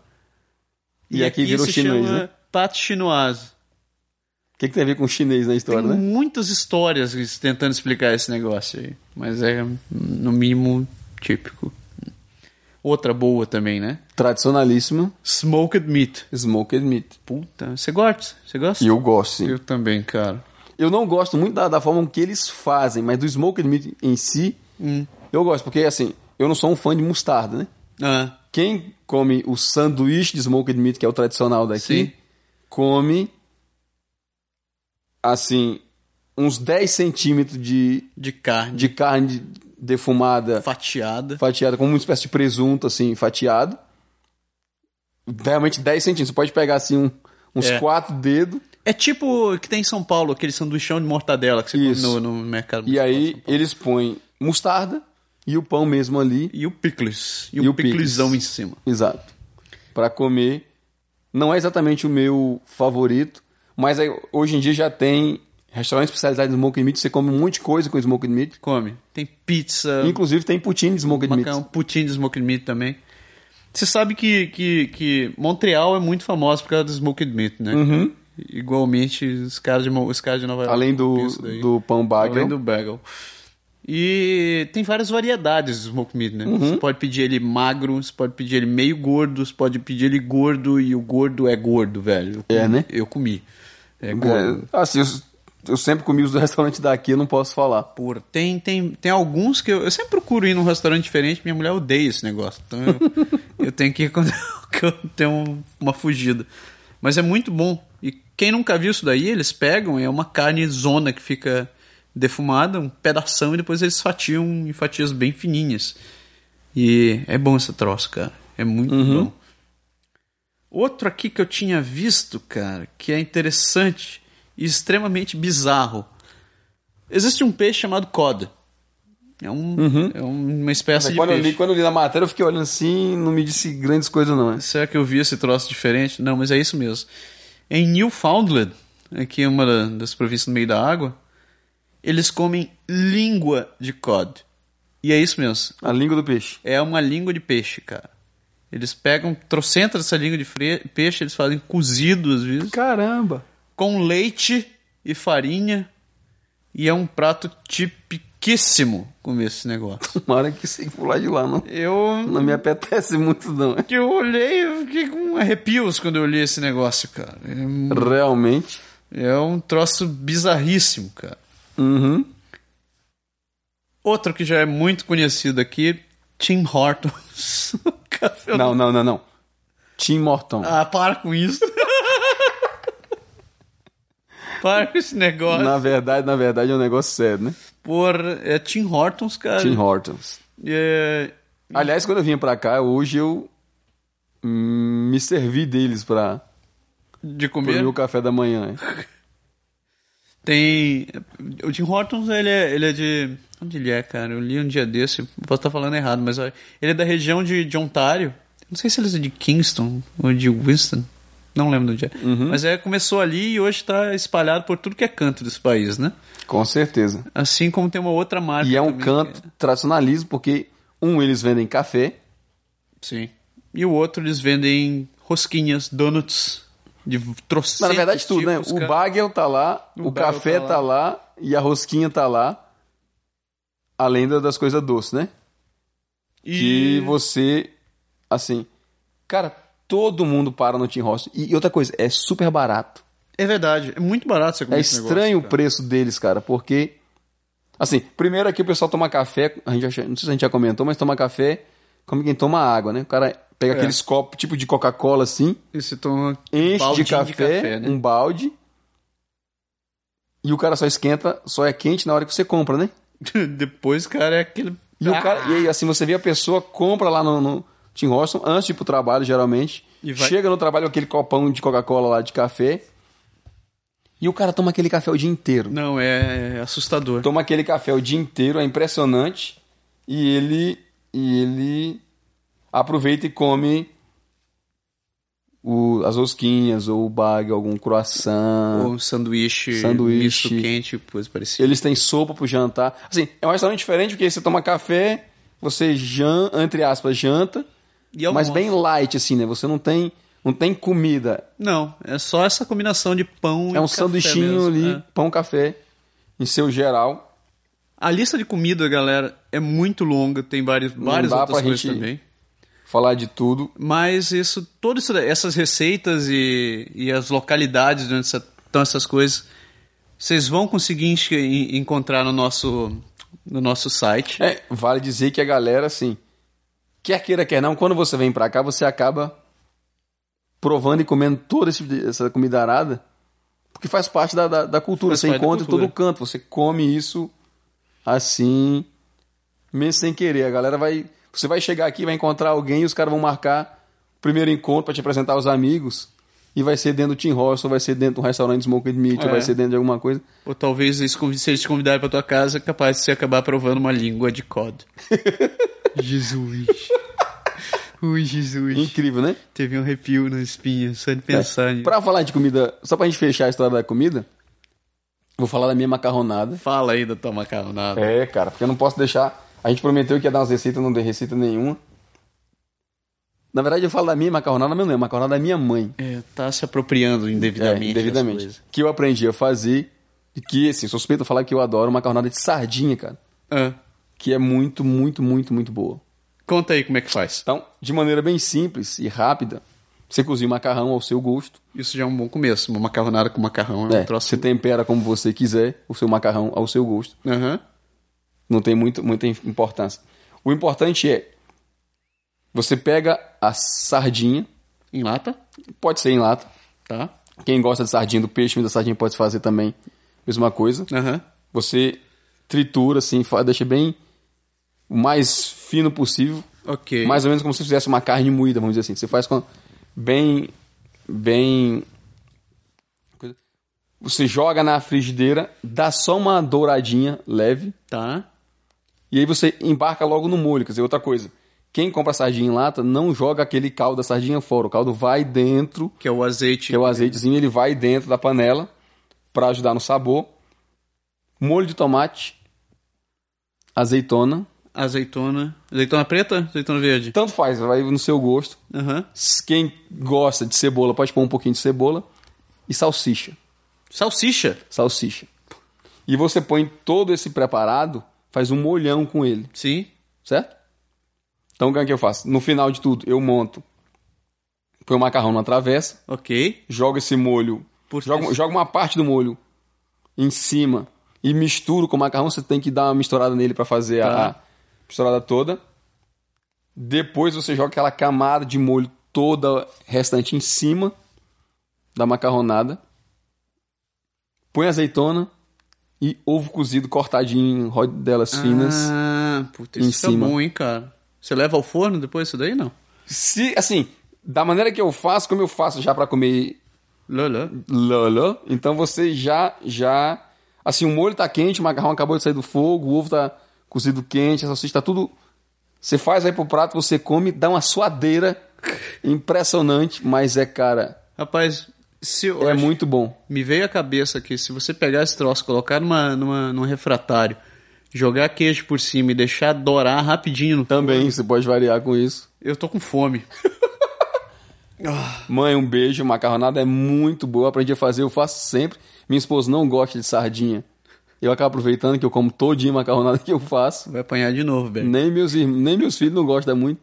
D: E aqui virou
C: se
D: chinês,
C: chama
D: né?
C: Pate chinoise.
D: O que, que tem a ver com chinês na
C: Tem
D: história, né?
C: muitas histórias tentando explicar esse negócio aí. Mas é, no mínimo, típico. Outra boa também, né?
D: Tradicionalíssimo,
C: Smoked meat.
D: smoked meat.
C: Puta, você gosta? Você gosta?
D: E eu gosto, sim.
C: Eu também, cara.
D: Eu não gosto muito da, da forma que eles fazem, mas do smoked meat em si,
C: Hum.
D: eu gosto. Porque, assim, eu não sou um fã de mostarda, né?
C: Ah,
D: Quem come o sanduíche de smoked meat, que é o tradicional daqui,
C: Sim.
D: come, assim, uns 10 centímetros de,
C: de carne.
D: de carne defumada
C: Fatiada.
D: fatiada, como uma espécie de presunto, assim, fatiado. Realmente 10 centímetros. Você pode pegar, assim, um- uns
C: É.
D: quatro dedos.
C: É tipo o que tem em São Paulo, aquele sanduichão de mortadela que você
D: Isso.
C: come no, no mercado.
D: E aí eles põem mostarda e o pão mesmo ali.
C: E o picles. E,
D: E
C: o
D: o picles.
C: piclesão em cima.
D: Exato. Pra comer. Não é exatamente o meu favorito, mas aí, hoje em dia já tem restaurante especializado em smoked meat. Você come um monte de coisa com smoked meat.
C: Come. Tem pizza,
D: Inclusive tem poutine de smoked meat.
C: macarrão, putin de smoked meat também. Você sabe que, que, que Montreal é muito famoso por causa do smoked meat, né? Igualmente os caras de, Mo- os caras de Nova York.
D: Uhum. Além
C: copiam
D: do,
C: isso daí.
D: do pão bagel.
C: Além do bagel. E tem várias variedades de smoked meat,
D: Uhum.
C: né? Você pode pedir ele magro, você pode pedir ele meio gordo, você pode pedir ele gordo, e o gordo é gordo, velho. Eu
D: É,
C: comi-
D: né?
C: Eu comi. É gordo.
D: É, assim, eu, eu sempre comi os do restaurante daqui, eu não posso falar.
C: Pura. Tem, tem, tem alguns que eu, eu sempre procuro ir num restaurante diferente, minha mulher odeia esse negócio. Então eu, eu tenho que ir quando eu- que eu tenho um- uma fugida. Mas é muito bom. E quem nunca viu isso daí, eles pegam, é uma carne zona que fica defumada, um pedação, e depois eles fatiam em fatias bem fininhas. E é bom esse troço, cara. É muito bom. Outro aqui que eu tinha visto, cara, que é interessante e extremamente bizarro. Existe um peixe chamado cod. É, um, é uma espécie
D: Mas
C: de
D: quando, eu
C: peixe.
D: li, quando eu li na matéria, eu fiquei olhando assim não me disse grandes coisas, não. né?
C: Será que eu vi esse troço diferente? Não, mas é isso mesmo. Em Newfoundland, aqui é uma da- das províncias no meio da água, eles comem língua de cod. E é isso mesmo.
D: A língua do peixe.
C: É uma língua de peixe, cara. Eles pegam trocentas dessa língua de fre- peixe, eles fazem cozido às vezes,
D: Caramba!
C: com leite e farinha. E é um prato tipiquíssimo comer esse negócio.
D: Tomara que sem pular de lá, não.
C: Eu,
D: Não me apetece muito, não. é?
C: eu olhei, eu fiquei com arrepios quando eu olhei esse negócio, cara. É,
D: Realmente.
C: é um troço bizarríssimo, cara.
D: Uhum.
C: Outro que já é muito conhecido aqui, Tim Hortons. Cara, eu
D: Não, não, não, não. Tim Morton.
C: Ah, para com isso. para com esse negócio.
D: na verdade, na verdade, é um negócio sério, né?
C: Por, é Tim Hortons, cara.
D: Tim Hortons.
C: É,
D: Aliás, quando eu vim pra cá, hoje eu hum, me servi deles pra
C: de
D: pro
C: comer.
D: meu café da manhã. é.
C: Tem. O Tim Hortons, ele é, ele é de. Onde ele é, cara? Eu li um dia desse, eu posso estar falando errado, mas ó, ele é da região de, de Ontário. Não sei se ele é de Kingston ou de Winston. Não lembro de onde é.
D: Uhum.
C: Mas é, começou ali e hoje está espalhado por tudo que é canto desse país, né?
D: Com certeza.
C: Assim como tem uma outra marca.
D: E é um
C: também que
D: canto tradicionalismo, porque, um, eles vendem café,
C: é, Sim. E o outro eles vendem rosquinhas, donuts, de trocentos
D: Mas, na verdade, tudo, né?
C: tipos,
D: O
C: cara.
D: bagel tá lá,
C: O
D: o,
C: bagel
D: café
C: tá
D: tá lá. e a rosquinha tá lá. Além da- das coisas doces, né? Que você, assim, cara, todo mundo para no Tim Hortons. E outra coisa, é super barato.
C: É verdade, é muito barato você comer
D: É
C: esse negócio,
D: estranho o
C: cara.
D: preço deles, cara, porque. Assim, primeiro aqui o pessoal toma café, a gente já- não sei se a gente já comentou, mas toma café como quem toma água, né? O cara pega
C: É.
D: aqueles copos tipo de Coca-Cola assim,
C: E você toma um
D: enche de
C: baldinho
D: café,
C: né?
D: um balde, e o cara só esquenta, só é quente na hora que você compra, né?
C: Depois, cara, é aquele.
D: E, o cara, e aí, assim, você vê a pessoa, compra lá no, no Tim Horton, antes de ir pro trabalho, geralmente.
C: E vai-
D: Chega no trabalho com aquele copão de Coca-Cola lá, de café. E o cara toma aquele café o dia inteiro.
C: Não, é assustador.
D: Toma aquele café o dia inteiro, é impressionante. E ele, e ele aproveita e come o- as rosquinhas, ou o bag, algum croissant.
C: Ou um sanduíche,
D: Ah. Sanduíche.
C: misto quente, coisa parecida.
D: Eles têm sopa pro jantar. Assim, é um restaurante diferente porque você toma café, você jan, entre aspas, janta,
C: E almoço.
D: mas bem light assim, né? Você não tem, não tem comida.
C: Não, é só essa combinação de pão e
D: É um
C: café
D: sanduichinho
C: mesmo,
D: ali,
C: é.
D: pão café em seu geral.
C: A lista de comida, galera, é muito longa, tem várias, várias
D: dá
C: outras
D: pra
C: coisas
D: gente-
C: também.
D: Falar de tudo.
C: Mas isso, todas isso daí- essas receitas e, e as localidades onde essa- estão essas coisas, vocês vão conseguir enche- en- encontrar no nosso, no nosso site.
D: É, vale dizer que a galera assim, quer queira quer não, quando você vem pra cá, você acaba provando e comendo toda esse- essa comida arada, porque faz parte da, da, da cultura.
C: Faz
D: você
C: parte da
D: encontra em todo
C: cultura.
D: canto, você come isso assim, mesmo sem querer. A galera vai. Você vai chegar aqui, vai encontrar alguém, e os caras vão marcar o primeiro encontro pra te apresentar aos amigos. E vai ser dentro do Tim Hortons, ou vai ser dentro de um restaurante Smoke Meat, ou
C: É.
D: vai ser dentro de alguma coisa.
C: Ou talvez eles convi- se eles te convidarem pra tua casa, é capaz de você acabar provando uma língua de COD. Jesus. Ui, Jesus.
D: Incrível, né?
C: Teve um arrepio na espinha, só de pensar nisso.
D: Pra falar de comida, só pra gente fechar a história da comida, vou falar da minha macarronada.
C: Fala aí da tua macarronada.
D: É, cara, porque eu não posso deixar. A gente prometeu que ia dar umas receitas, não deu receita nenhuma. Na verdade, eu falo da minha macarronada, mas não é macarronada da minha mãe.
C: É, tá se apropriando indevidamente.
D: É,
C: das
D: indevidamente.
C: coisas.
D: Que eu aprendi a fazer. E que, assim, sou suspeito de falar que eu adoro macarronada de sardinha, cara.
C: Ah,
D: Que é muito, muito, muito, muito boa.
C: conta aí como é que faz.
D: Então, de maneira bem simples e rápida, você cozinha o macarrão ao seu gosto.
C: Isso já é um bom começo. Uma macarronada com macarrão é,
D: É,
C: um troço.
D: Você tempera como você quiser o seu macarrão ao seu gosto.
C: Aham.
D: Não tem muito, muita importância. O importante é. Você pega a sardinha,
C: Em lata,
D: pode ser em lata.
C: tá?
D: Quem gosta de sardinha, do peixe mas da sardinha, pode fazer também a mesma coisa.
C: Aham.
D: Você tritura, assim, fa- deixa bem o mais fino possível.
C: Ok.
D: Mais ou menos como se fizesse uma carne moída, vamos dizer assim. Você faz com bem. Bem. coisa- Você joga na frigideira, dá só uma douradinha leve.
C: Tá.
D: E aí você embarca logo no molho. Quer dizer, outra coisa. Quem compra sardinha em lata não joga aquele caldo da sardinha fora. O caldo vai dentro,
C: Que é o azeite.
D: que é o azeitezinho, ele vai dentro da panela para ajudar no sabor. Molho de tomate, azeitona,
C: Azeitona. Azeitona preta? Azeitona verde?
D: tanto faz, vai no seu gosto.
C: Aham.
D: Quem gosta de cebola pode pôr um pouquinho de cebola e salsicha.
C: Salsicha.
D: Salsicha. E você põe todo esse preparado, faz um molhão com ele.
C: Sim.
D: certo? Então o que é que eu faço? No final de tudo, eu monto, põe o macarrão na travessa,
C: Ok.
D: jogo esse molho,
C: Por
D: jogo,
C: cima.
D: jogo uma parte do molho em cima e misturo com o macarrão. Você tem que dar uma misturada nele para fazer a, a
C: Tá.
D: misturada toda. Depois você joga aquela camada de molho toda restante em cima da macarronada. Põe azeitona e ovo cozido cortadinho em rodelas finas.
C: Ah, puta,
D: em
C: isso tá
D: cima.
C: bom, hein, cara. Você leva ao forno depois isso daí, não?
D: Se, assim, da maneira que eu faço, como eu faço já pra comer
C: Loló.
D: loló, então você já, já... Assim, o molho tá quente, o macarrão acabou de sair do fogo, o ovo tá cozido quente, a salsicha tá tudo... Você faz aí pro prato, você come, dá uma suadeira impressionante, mas é, cara,
C: Rapaz, se eu
D: é
C: acho-
D: muito bom.
C: me veio a cabeça que se você pegar esse troço, colocar numa, numa, num refratário, jogar queijo por cima e deixar dourar rapidinho no
D: Também, você pode variar com isso.
C: Eu tô com fome.
D: Mãe, um beijo, macarronada é muito boa, aprendi a fazer, eu faço sempre. Minha esposa não gosta de sardinha. Eu acabo aproveitando que eu como todinho a macarronada que eu faço.
C: Vai apanhar de novo, velho.
D: É. Nem meus, ir- nem meus filhos não gostam muito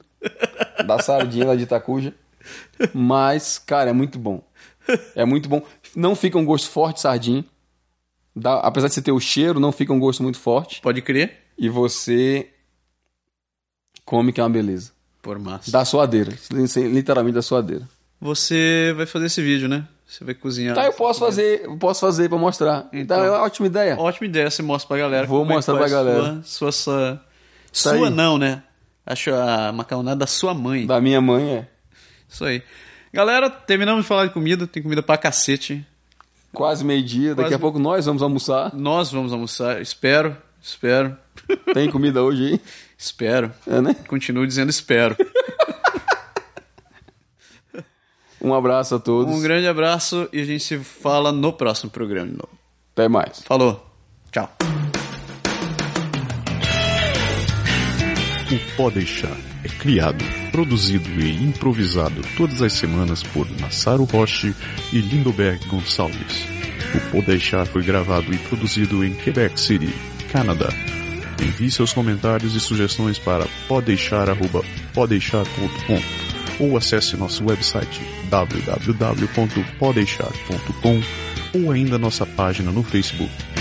D: da sardinha lá de Itacuja. Mas, cara, é muito bom. É muito bom. Não fica um gosto forte de sardinha. Dá- apesar de você ter o cheiro, não fica um gosto muito forte.
C: Pode crer?
D: E você come que é uma beleza.
C: Por massa.
D: Da suadeira. Literalmente da suadeira.
C: Você vai fazer esse vídeo, né? Você vai cozinhar.
D: Tá, eu posso fazer, eu posso fazer pra mostrar. Então,
C: Então.
D: é uma ótima ideia.
C: Ótima ideia, você mostra pra galera.
D: Vou
C: como é que
D: mostrar
C: faz
D: pra galera.
C: Sua, sua,
D: Isso
C: sua, sua
D: aí.
C: não, né? Acho a macarronada da sua mãe.
D: Da minha mãe é.
C: Isso aí. Galera, terminamos de falar de comida, tem comida pra cacete.
D: Quase meio-dia, daqui
C: Quase-
D: a pouco nós vamos almoçar.
C: Nós vamos almoçar, espero, espero,
D: Tem comida hoje aí?
C: espero.
D: É, né?
C: Continuo dizendo espero.
D: Um abraço a todos.
C: Um grande abraço e a gente se fala no próximo programa de novo.
D: Até mais.
C: Falou, tchau.
A: O Pode Deixar é criado, produzido e improvisado todas as semanas por Massaro Roche e Lindoberg Gonçalves. O Pode Deixar foi gravado e produzido em Quebec City, Canadá. Envie seus comentários e sugestões para podeixar.podeixar.com ou acesse nosso website www.podeixar.com ou ainda nossa página no Facebook